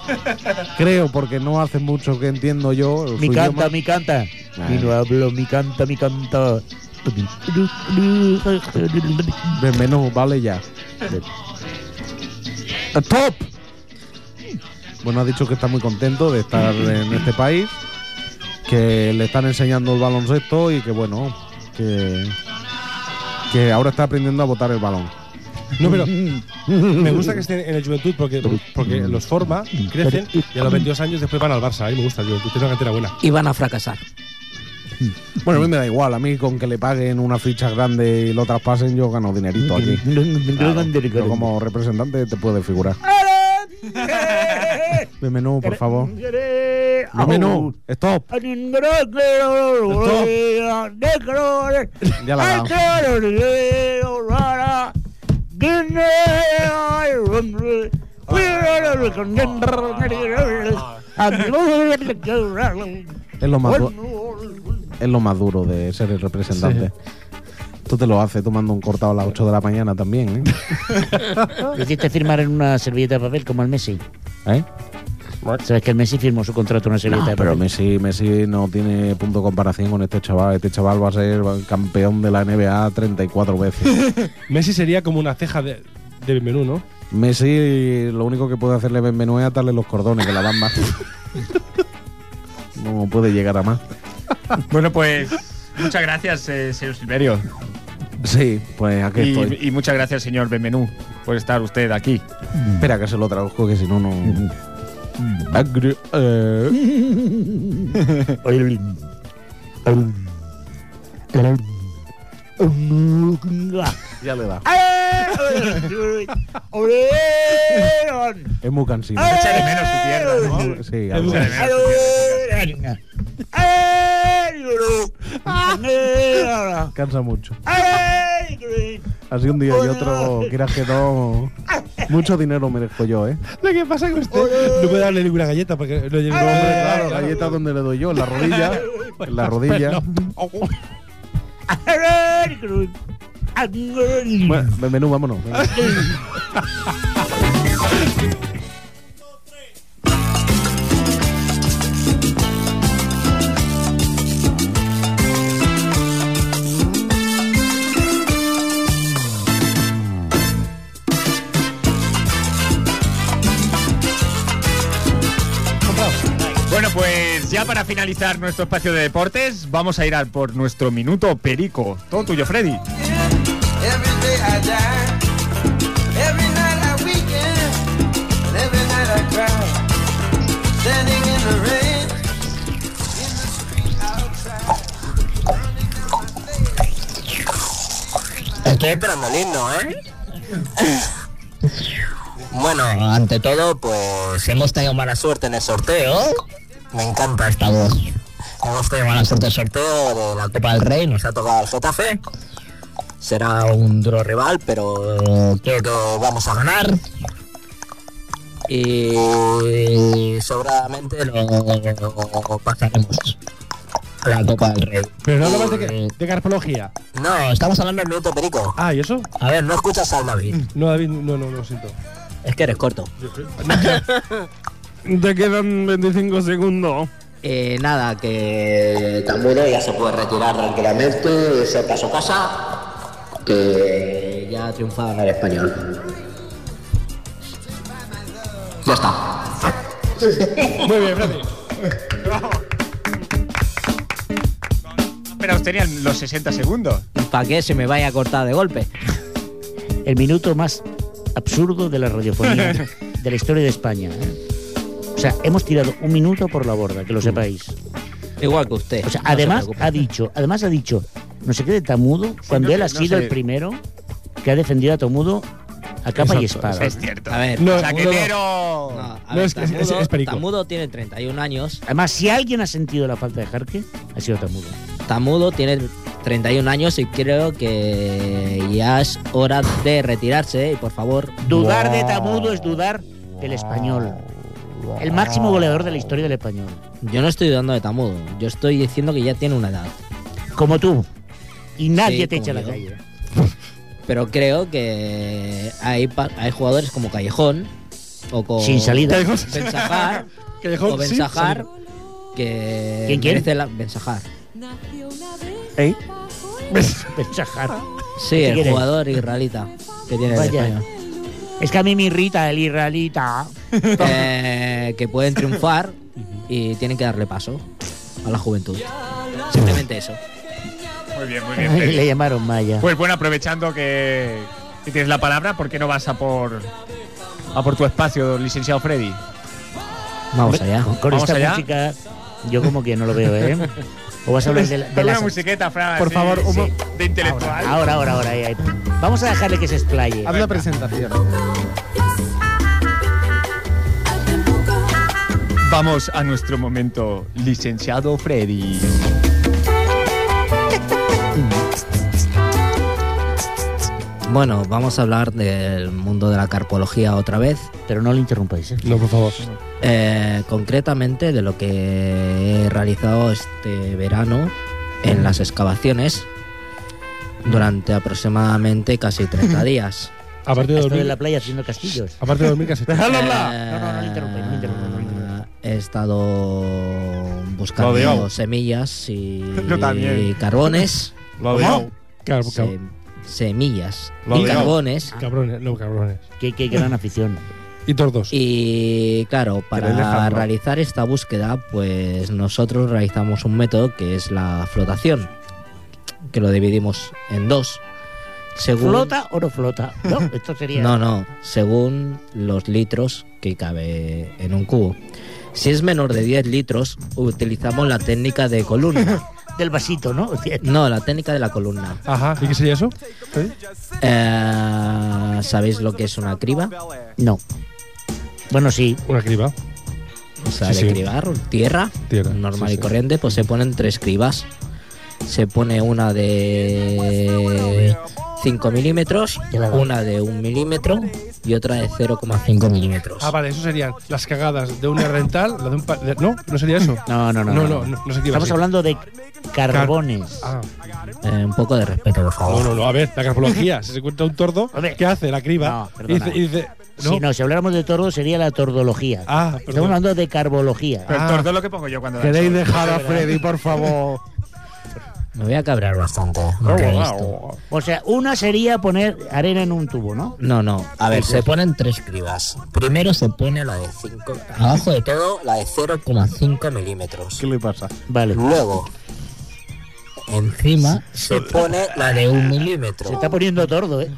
Creo, porque no hace mucho que entiendo yo. su
Mi
idioma. Ah.
canta, mi canta. Mi no hablo, mi canta, mi canta.
Ven, menú, vale ya. Eh, ¡Top! Bueno, ha dicho que está muy contento de estar en este país, que le están enseñando el baloncesto y que bueno, que, que ahora está aprendiendo a botar el balón.
No, pero me gusta que estén en el Juventud porque, porque los forma, crecen y a los 22 años después van al Barça. A mí me gusta el Juventud, tiene una cantera buena.
Y van a fracasar.
Bueno, a mí me da igual, a mí con que le paguen una ficha grande y lo traspasen, yo gano dinerito aquí. Claro, yo como representante te puedes figurar. Ven, menú, por favor. Ven, menú, stop. Ya la ha dado. Es lo
pues.
más, du- es lo más duro de ser el representante. Tú te lo haces tomando un cortado a las 8 de la mañana también, ¿eh?
Lo hiciste firmar en una servilleta de papel como el Messi.
¿Eh?
¿Sabes que el Messi firmó su contrato en una servilleta de
pero
papel?
Messi, Messi no tiene punto de comparación con este chaval. Este chaval va a ser campeón de la NBA 34 veces.
Messi sería como una ceja de, de menú, ¿no?
Messi lo único que puede hacerle Benvenue es atarle los cordones que la dan más. No puede llegar a más.
Bueno, pues muchas gracias, eh, señor Silverio.
Sí, pues aquí estoy.
Y, y muchas gracias, señor Benvenú, por estar usted aquí.
Espera que se lo traduzco, que si no, no. Agri- eh. ya le da. Es muy cansino.
Echa de
menos su pierna,
¿no? Sí,
Es
algo.
muy-
Cansa mucho. Así un día y otro, quieras que no. Mucho dinero merezco yo, ¿eh?
Lo que pasa con usted. No puede darle ninguna galleta porque no lleva
No,
Eh.
hombre, claro, galleta donde le doy yo, en la rodilla. En la rodilla. Bueno, menú, vámonos.
Bueno, pues ya para finalizar nuestro espacio de deportes, vamos a ir a por nuestro minuto perico. Todo tuyo, Freddy.
Every day I die. Every night I weaken. And every night I cry. Standing in the rain. In the street outside.
Estoy esperando el himno, ¿eh? Bueno, ante todo, pues hemos tenido mala suerte en el sorteo. Me encanta esta voz. Hemos tenido mala suerte el sorteo de la Copa del Rey, nos ha tocado el Getafe. Será un duro rival, pero creo que vamos a ganar. Y sobradamente lo pasaremos. La Copa del Rey.
Pero no hablabas de, que- de carpología.
No, estamos hablando del minuto perico.
Ah, ¿y eso?
A ver, no escuchas al David.
Mm.
No, David, no, no, lo siento.
Es que eres corto.
Te quedan 25 segundos.
Eh, nada,
que Tamburo ya se puede retirar tranquilamente, cerca a su casa, que ya ha triunfado en el español. Ya está.
Muy bien, Freddy.
Pero os tenían los 60 segundos.
¿Para qué se me vaya a cortar de golpe?
El minuto más absurdo de la radiofonía de la historia de España. ¿eh? O sea, hemos tirado un minuto por la borda, que lo sepáis.
Igual que usted.
O sea, además ha dicho, además ha dicho, no se quede tan mudo cuando
no,
él ha
no
sido
sé.
el primero que ha defendido a Tomudo a capa y
Exacto,
espada.
es cierto. A ver,
No,
chaquetero.
No,
a
No,
ver,
es que es-
Tamudo,
es- es perico.
Tamudo tiene 31 años.
Además, si alguien ha sentido la falta de Jarque, ha sido Tamudo.
Tamudo tiene 31 años y creo que ya es hora de retirarse. eh, Y por favor,
Dudar de Tamudo es dudar del español. El máximo goleador de la historia del español.
Yo no estoy dudando de Tamudo. Yo estoy diciendo que ya tiene una edad.
Como tú. Y nadie
Sí,
te echa a
como
la
yo.
calle.
Pero creo que hay, pa- hay jugadores como Callejón o con
Sin salida. Callejón sin
Ben
salida.
Sahar,
Callejón
o Ben
sin
Sahar,
salida.
que
¿Quién, quién?
merece la Ben Sahar.
¿Eh?
Pues
Benchajar.
Sí, el jugador israelita que tiene el
Vaya.
español.
Es que a mí me irrita el israelita.
Eh, que pueden triunfar y tienen que darle paso a la juventud. Simplemente eso.
Muy bien, muy bien. Freddy.
Le llamaron Maya.
Pues bueno, aprovechando que, que tienes la palabra, ¿por qué no vas a por a por tu espacio, licenciado Freddy?
Vamos allá.
Con, con
Vamos
esta
allá.
música, yo como que no lo veo, ¿eh? O vas a hablar de, la- de
Dale
las-
una musiqueta, Fran,
Por
así,
favor, un mo-
de intelectual.
Ahora, ahora, ahora. ahí, ahí. Vamos a dejarle que se explaye.
Haz la
presentación.
Vamos a nuestro momento, licenciado Freddy.
Bueno, vamos a hablar del mundo de la carpología otra vez. Eh,
Pero no lo interrumpáis.
No, por favor.
concretamente de lo que he realizado este verano en las excavaciones durante aproximadamente casi 30 días.
Aparte de
Esto de
dormir.
la playa haciendo castillos.
Aparte de dormir casi.
¡Déjalo
Eh,
hablar! Ah, No, no, no le interrumpáis, no le interrumpáis, no le interrumpáis.
He estado buscando
Lo odiao.
semillas y
Yo también.
carbones.
Lo odiao. Car-
Se- semillas
Lo
y
odiao.
carbones.
Cabrones, no, cabrones.
Qué, qué gran afición.
Y tordos.
Y claro,
Queréis
para
dejarlo.
realizar esta búsqueda, pues nosotros realizamos un método que es la flotación, que lo dividimos en dos. Según,
¿Flota o no flota? No, esto sería.
No, no, según los litros que cabe en un cubo. Si es menor de 10 litros, utilizamos la técnica de columna.
Del vasito, ¿no?
No, la técnica de la columna.
Ajá, ¿y qué sería eso? Freddy?
Eh, ¿Sabéis lo que es una criba?
No. Bueno, sí.
Una criba.
O sea,
Sí,
de
sí.
cribar, tierra,
Tierra,
normal
sí,
y
sí.
corriente, pues se ponen tres cribas. Se pone una de 5 milímetros, una de 1 milímetro y otra de 0,5 milímetros.
Ah, vale, eso serían las cagadas de una rental, la de un pa- de- No, no sería eso.
No, no, no.
No, no, no, no se equivoca.
Estamos hablando de carbones.
Ah.
Eh, un poco de respeto, por favor.
No, no, no, a ver, la carpología. Si se encuentra un tordo, ¿qué hace? La criba.
No,
Y dice, y dice, no.
Si no, si habláramos de tordo sería la tordología.
Ah,
Estamos hablando de carbología.
Pero el tordo es lo que pongo yo cuando
¿Queréis
lanzo.
dejar a Freddy,
por favor?
Me voy a cabrear bastante. no creo esto.
O sea, una sería poner arena en un tubo, ¿no?
No, no.
A ver, se
ponen tres cribas. Primero se pone la de 5.
Ah.
Abajo de todo, la de 0,5 milímetros.
¿Qué le pasa?
Vale.
Luego, encima, se pone la de 1 milímetro.
Se está poniendo tordo, ¿eh?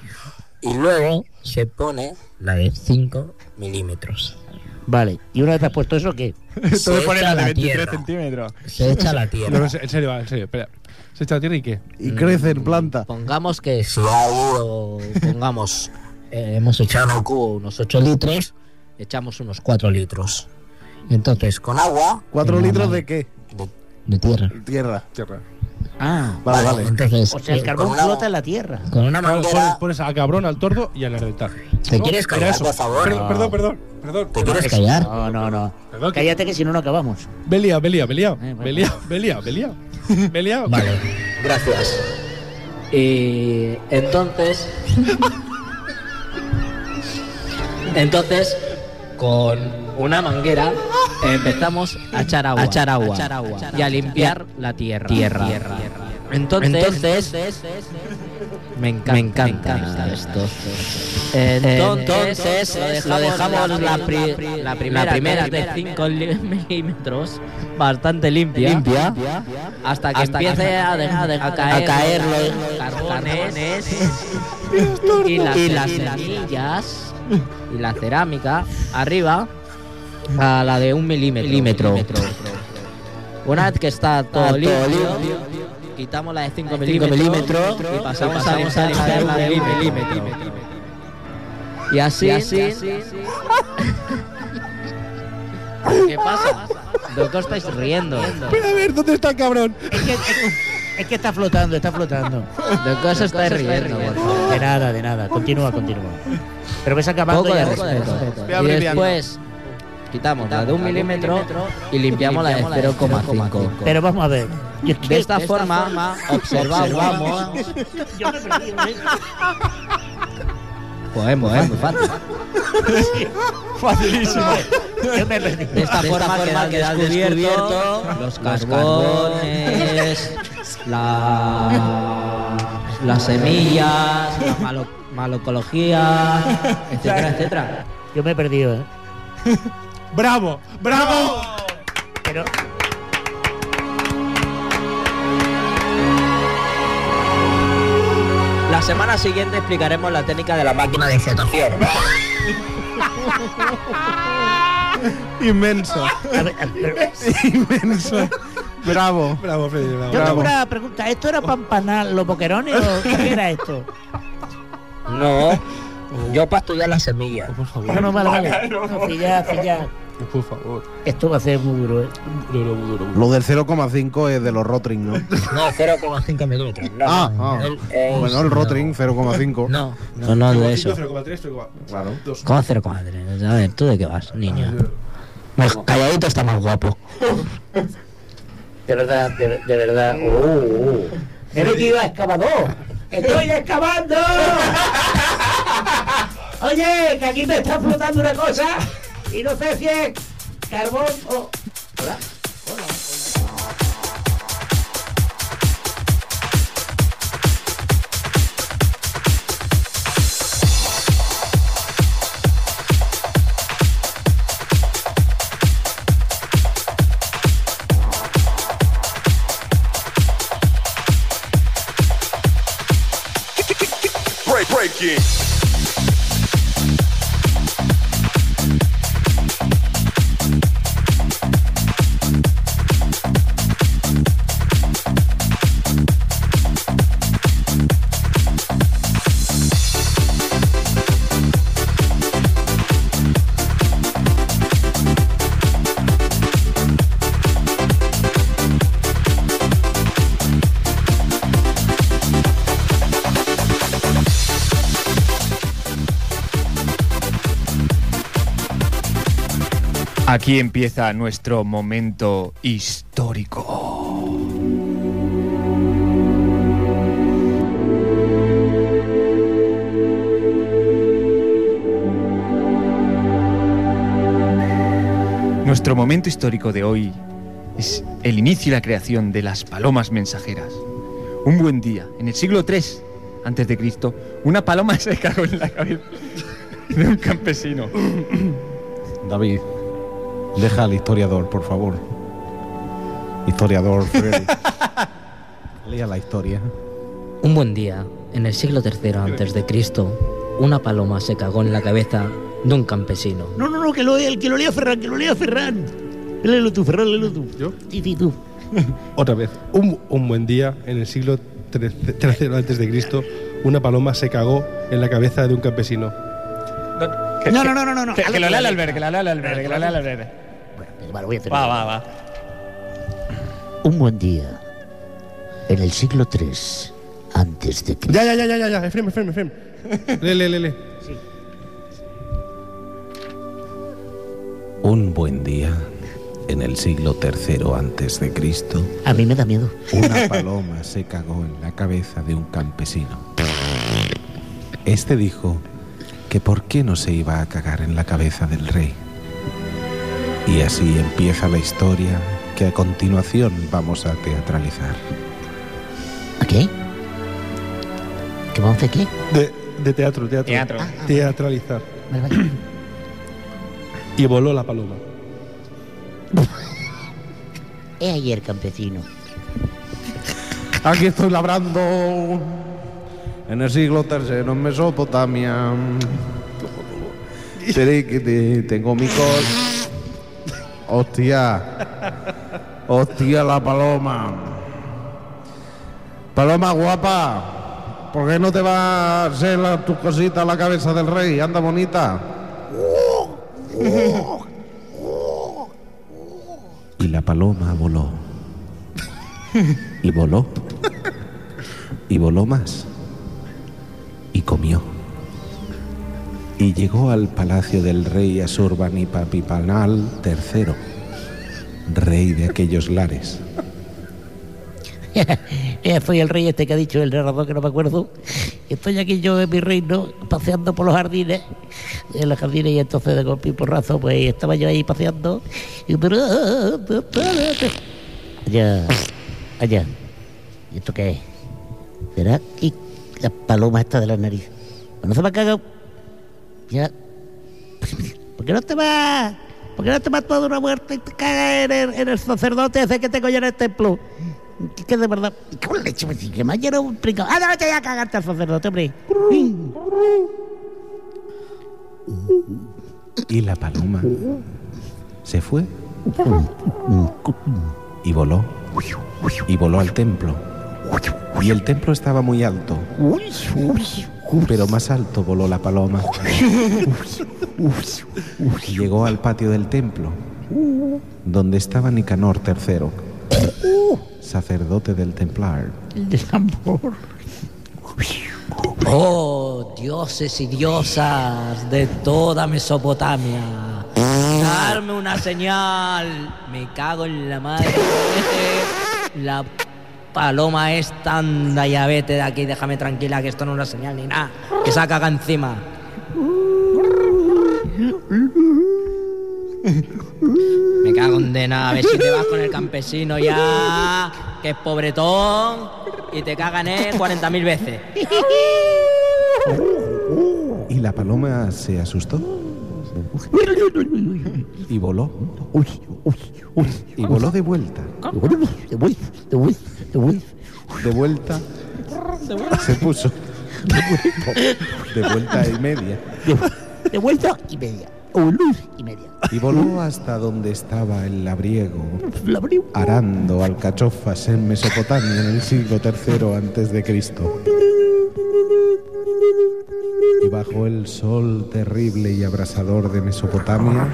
Y luego se pone la de 5 milímetros.
Vale. ¿Y una vez has puesto eso qué?
Esto de Se poner echa la de la 23 tierra.
centímetros.
Se echa la tierra.
No, en se- en serio, va, en serio, espera. ¿Se echa la tierra y qué?
Y crece en planta.
Pongamos que si ha habido, pongamos, eh, hemos echado en un cubo unos 8 litros, echamos unos 4 litros. Entonces, con agua,
¿Cuatro
en una
litros
ma-
de qué?
de tierra.
Tierra.
Tierra.
Ah,
Vale, vale.
Entonces,
o sea, el
eh,
carbón
con una-
flota en la tierra.
Con una
Claro,
manguera-
pones- Pones al cabrón, al tordo y al herdental.
¿Te quieres callar, por favor?
Perdón, perdón, perdón. perdón.
¿Te quieres callar?
No, no, no. Cállate que si no, no acabamos.
Belia, Belia, Belia. Belia, Belia, Belia. Belia.
Eh, Vale, gracias. Y entonces. entonces, con una manguera empezamos a echar agua,
a echar agua,
a echar agua y a limpiar la tierra.
tierra.
Entonces,
Entonces,
me encanta, me encanta esto. Entonces, eh, lo dejamos, la, pri- la primera,
la primera
de
de
5 milímetros bastante limpia,
Limpia.
hasta que
Hasta que
empiece
empiece
a, de-
a
a
caer-
caer,
los
los
cartones.
cartones
Y
y
las
las, y las semillas y la cerámica arriba a la de un milímetro. milímetro. Una vez que está todo,
todo
limpio,
limpio,
quitamos la de 5
milímetros,
milímetros,
y
y
pasamos
pasamos,
a
a
limpiar
limpiar la de un milímetro. Y así,
Y así-
¿qué pasa? ¿De qué os estáis riendo?
a ver, ¿dónde está el cabrón? Es que, es- es que está flotando, está flotando.
¿De qué os estáis riendo, por favor?
De nada, de nada. Continúa, continúa. Pero ves acabando
Poco
ya.
de respeto. Y después quitamos la de un milímetro y limpiamos la de 0,5.
Pero vamos a ver. Yo es que-
De esta forma observamos
Yo me perdí, ¿eh?
Podemos, ¿eh? Muy fácil.
Facilísimo. Yo me perdí.
De esta forma quedan descubierto los carbones, la- las semillas, la malo- malocología, etcétera, etcétera.
Yo me he perdido, ¿eh?
¡Bravo! ¡Bravo!
Pero.
La semana siguiente explicaremos la técnica de la máquina de flotación.
Inmenso. Inmenso. Bravo.
Bravo, Freddy, bravo.
Yo tengo una pregunta. ¿Esto era pampanar los boquerones o qué era esto?
No, yo para estudiar las semillas.
Por
No,
favor.
no, vale, vale. No, pillad, pillad.
Por favor.
Esto va a ser muy duro, ¿eh?
Duro, duro, duro.
Lo del 0,5 es de los Rotring, ¿no?
No, 0,5 milímetros. No,
ah,
no,
ah.
el- el-
bueno, el
no.
Rotring 0,5.
No, no, no, de eso.
0,3, 0,4.
Claro.
¿Cómo 0,3? A ver, ¿tú de qué vas, niño? Más calladito está más guapo.
De verdad, de, de verdad. Uh, uh. Pero que iba excavador. ¡Estoy excavando! Oye, que aquí me está flotando una cosa y no sé si es carbón o. Hola.
Break, break it.
Aquí empieza nuestro momento histórico. Nuestro momento histórico de hoy es el inicio y la creación de las palomas mensajeras. Un buen día, en el siglo III antes de Cristo, una paloma se cagó en la cabeza de un campesino.
David, deja al historiador, por favor. Historiador Freddy. Lea la historia.
Un buen día, en el siglo III antes de Cristo, una paloma se cagó en la cabeza de un campesino.
No, no, no, que lo, que lo lea Ferran, que lo lea Ferran. Léelo tú, Ferran, léelo tú.
¿Yo?
Sí, sí, tú.
Otra vez. Un, un buen día, en el siglo III antes de Cristo, una paloma se cagó en la cabeza de un campesino.
No, no, no, no, no. no.
Que, que lo lea el
Hazlo tú.
albergue, que lo lea el albergue, que lo lea el albergue.
Bueno, voy a hacer.
Va, va, va.
un buen día, en el siglo III, antes de que...
Ya, ya, ya, ya, ya, ya. Efrem, Efrem, Efrem. Lee, lee, lee, lee.
Un buen día, en el siglo III antes de Cristo,
A mí me da miedo.
una paloma se cagó en la cabeza de un campesino. Este dijo que por qué no se iba a cagar en la cabeza del rey. Y así empieza la historia que a continuación vamos a teatralizar.
¿A qué? ¿Qué vamos a hacer aquí?
De, de teatro, teatro.
Teatro. Ah, ah,
Teatralizar. y voló la paloma.
He ayer, campesino.
Aquí estoy labrando en el siglo III en Mesopotamia. Tiriquiti, Tengo mi cos. Hostia. Hostia la paloma. Paloma guapa. ¿Por qué no te va a hacer la- tu cosita a la cabeza del rey? Anda bonita.
Y la paloma voló. Y voló. Y voló más. Y comió. Y llegó al palacio del rey Asurbanipal III, rey de aquellos lares.
Eh, Soy el rey este que ha dicho el narrador que no me acuerdo. Estoy aquí yo en mi reino, paseando por los jardines, en los jardines, y entonces de golpe y porrazo, pues estaba yo ahí paseando. Y "Ah, pero ah, allá, allá. ¿Y esto qué es? ¿Será que la paloma está de la nariz? Bueno, se me ha cagado. Ya. ¿Por qué no te vas? ¿Por qué no te vas tú a dar una muerte y te cagas en el, en el sacerdote ese que tengo yo en el templo? Que- Que de verdad. ¿Qué le leche? Pues, si que me ha llenado un pringao. ¡Ah, no, vete ya a cagarte al sacerdote, hombre!
Y la paloma se fue y voló. Y voló al templo. Y el templo estaba muy alto, pero más alto voló la paloma. Y Llegó al patio del templo, donde estaba Nicanor III, sacerdote del Templar.
El desamor.
Oh, dioses y diosas de toda Mesopotamia. Darme una señal. Me cago en la madre. La paloma es tanda ya vete de aquí, déjame tranquila que esto no es una señal ni nada. Que se caga encima. Me cago en de nada, a ver si te vas con el campesino ya, que es pobretón, y te cagan eh 40.000 veces.
Y la paloma se asustó y voló. Y voló de vuelta. De vuelta se puso. De vuelta y media.
De vuelta y media. O luz y media.
Y voló hasta donde estaba el labriego, arando alcachofas en Mesopotamia en el siglo III antes de Cristo. Y bajo el sol terrible y abrasador de Mesopotamia,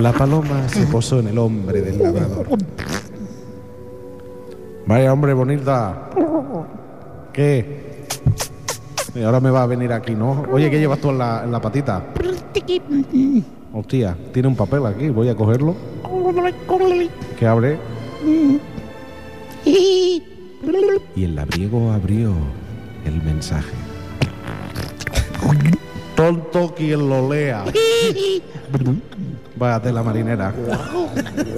la paloma se posó en el hombre del labrador.
Vaya hombre bonita. ¿Qué? Y ahora me va a venir aquí, ¿no? Oye, ¿qué llevas tú en la, en la patita? Hostia, tiene un papel aquí, voy a cogerlo. ¿Qué abre?
Y el labriego abrió el mensaje.
Tonto quien lo lea. Vaya tela marinera.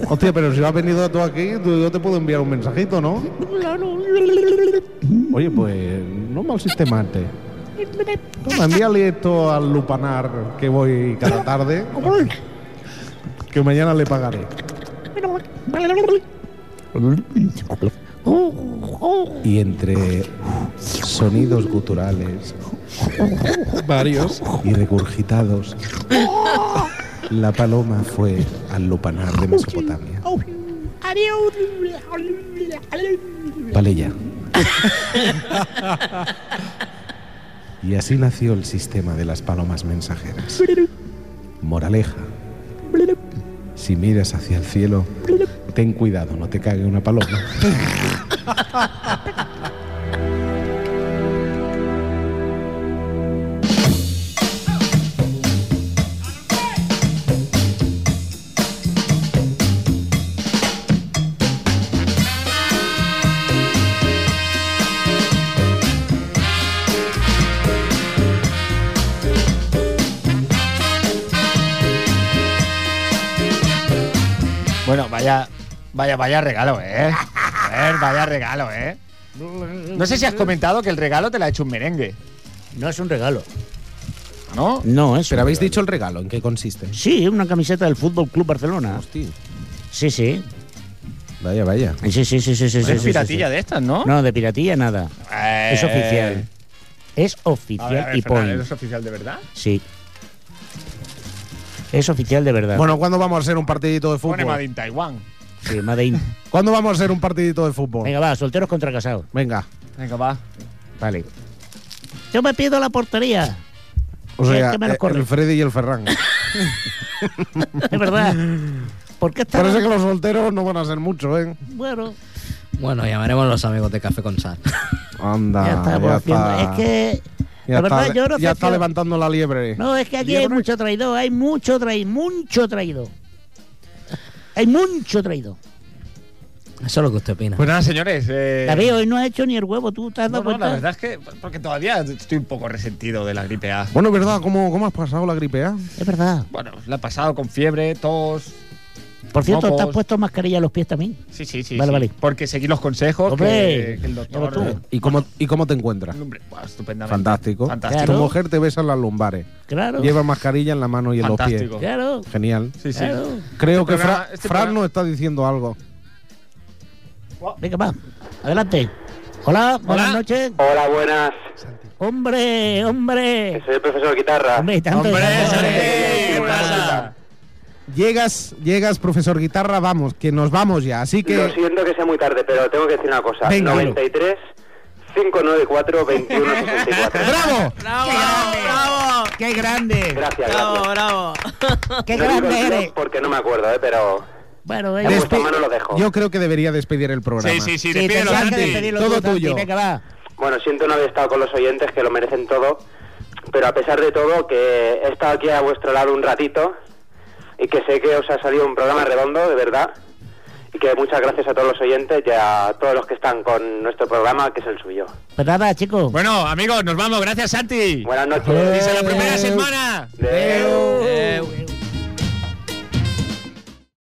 Hostia, pero si has venido tú aquí, tú- yo te puedo enviar un mensajito, ¿no? Oye, pues no mal sistema este. Toma, envíale esto al lupanar que voy cada tarde. Que mañana le pagaré.
Y entre sonidos guturales, varios y regurgitados, la paloma fue al lupanar de Mesopotamia. Vale ya. Y así nació el sistema de las palomas mensajeras. Moraleja. Si miras hacia el cielo,
ten cuidado, no te cague una paloma.
Bueno, vaya, vaya, vaya regalo, ¿eh? A ver, vaya regalo, ¿eh? No sé si has comentado que el regalo te lo ha hecho un merengue.
No es un regalo.
¿No?
No, es.
Pero habéis dicho el regalo, ¿en qué consiste?
Sí, una camiseta del Fútbol Club Barcelona. Sí, sí.
Vaya, vaya.
Sí, sí, sí, sí, sí. sí,
es
sí,
piratilla
sí.
de estas, ¿no?
No, de piratilla nada.
Eh.
Es oficial. Es oficial
A ver, a ver,
y
Fernan,
point.
¿eres oficial de verdad?
Sí. Es oficial de verdad.
Bueno, ¿cuándo vamos a hacer un partidito de
Pone Made
fútbol?
in Taiwan.
Sí, Made in.
¿Cuándo vamos a hacer un partidito de fútbol?
Venga, va, solteros contra casados.
Venga.
Venga, va.
Vale. Yo me pido la portería.
O
Sí,
sea,
es que me lo
eh,
corre.
el Freddy y el Ferran.
Es verdad. ¿Por qué está?
Parece que los solteros no van a ser mucho, ¿eh?
Bueno,
Bueno, llamaremos a los amigos de Café con Sal.
Anda,
ya estamos haciendo. Es que.
Ah, Ya
la
está-
verdad, yo no sé
ya
si-
está levantando la liebre.
No, es que aquí hay mucho traidor, hay mucho traidor, mucho traidor. Hay mucho traidor.
Eso es lo que usted opina.
Pues nada, señores. eh,
David, hoy no has hecho ni el huevo, tú te has
no,
dado
no,
cuenta.
la verdad es que. Porque todavía estoy un poco resentido de la gripe A.
Bueno, ¿verdad? ¿Cómo, cómo has pasado la gripe eh? A?
Es verdad.
Bueno, la he pasado con fiebre, tos.
Por cierto,
mocos.
¿te has puesto mascarilla a los pies también?
Sí, sí, sí.
Vale,
sí.
vale.
Porque seguí los consejos
Hombre,
que, que el
pero tú.
doctor.
¿Y cómo, ¿Y cómo te encuentras?
Hombre, buah, estupendamente.
Fantástico.
Fantástico.
Tu mujer te besa en las lumbares.
Claro.
Lleva mascarilla en la mano y en
Fantástico.
los pies.
Claro.
Genial.
Sí, sí.
Claro.
Creo
Este
que Fra-
programa- este
Fran
programa-
nos está diciendo algo.
Venga, va. Adelante. Hola, buenas
Hola.
noches.
Hola, buenas.
Hombre, hombre.
Soy el profesor de guitarra.
Hombre, y tanto.
¿Qué pasa?
Llegas, llegas, profesor Guitarra, vamos, que nos vamos ya. Así
Lo
que
siento que sea muy tarde, pero tengo que decir una cosa.
Venga,
93 594 2164.
¡Bravo!
¡Bravo! ¡Bravo!
¡Qué grande!
Gracias, bravo, bravo.
¡Qué
grande eres! Porque no me acuerdo, eh, pero
Bueno,
en vuestra mano lo dejo.
yo creo que debería despedir el programa.
Sí, sí,
Sí,
sí, despídelo,
tendrás que
Santi.
despedirlo
Todo
tú, Santi,
tuyo.
Venga, va.
Bueno, siento no haber estado con los oyentes que lo merecen todo, pero a pesar de todo que he estado aquí a vuestro lado un ratito y que sé que os ha salido un programa redondo, de verdad, y que muchas gracias a todos los oyentes y a todos los que están con nuestro programa, que es el suyo.
Pues nada, chicos.
Bueno, amigos, nos vamos. Gracias, Santi.
Eh.
Buenas noches.
Dice la primera semana.
Adeu.
Adeu.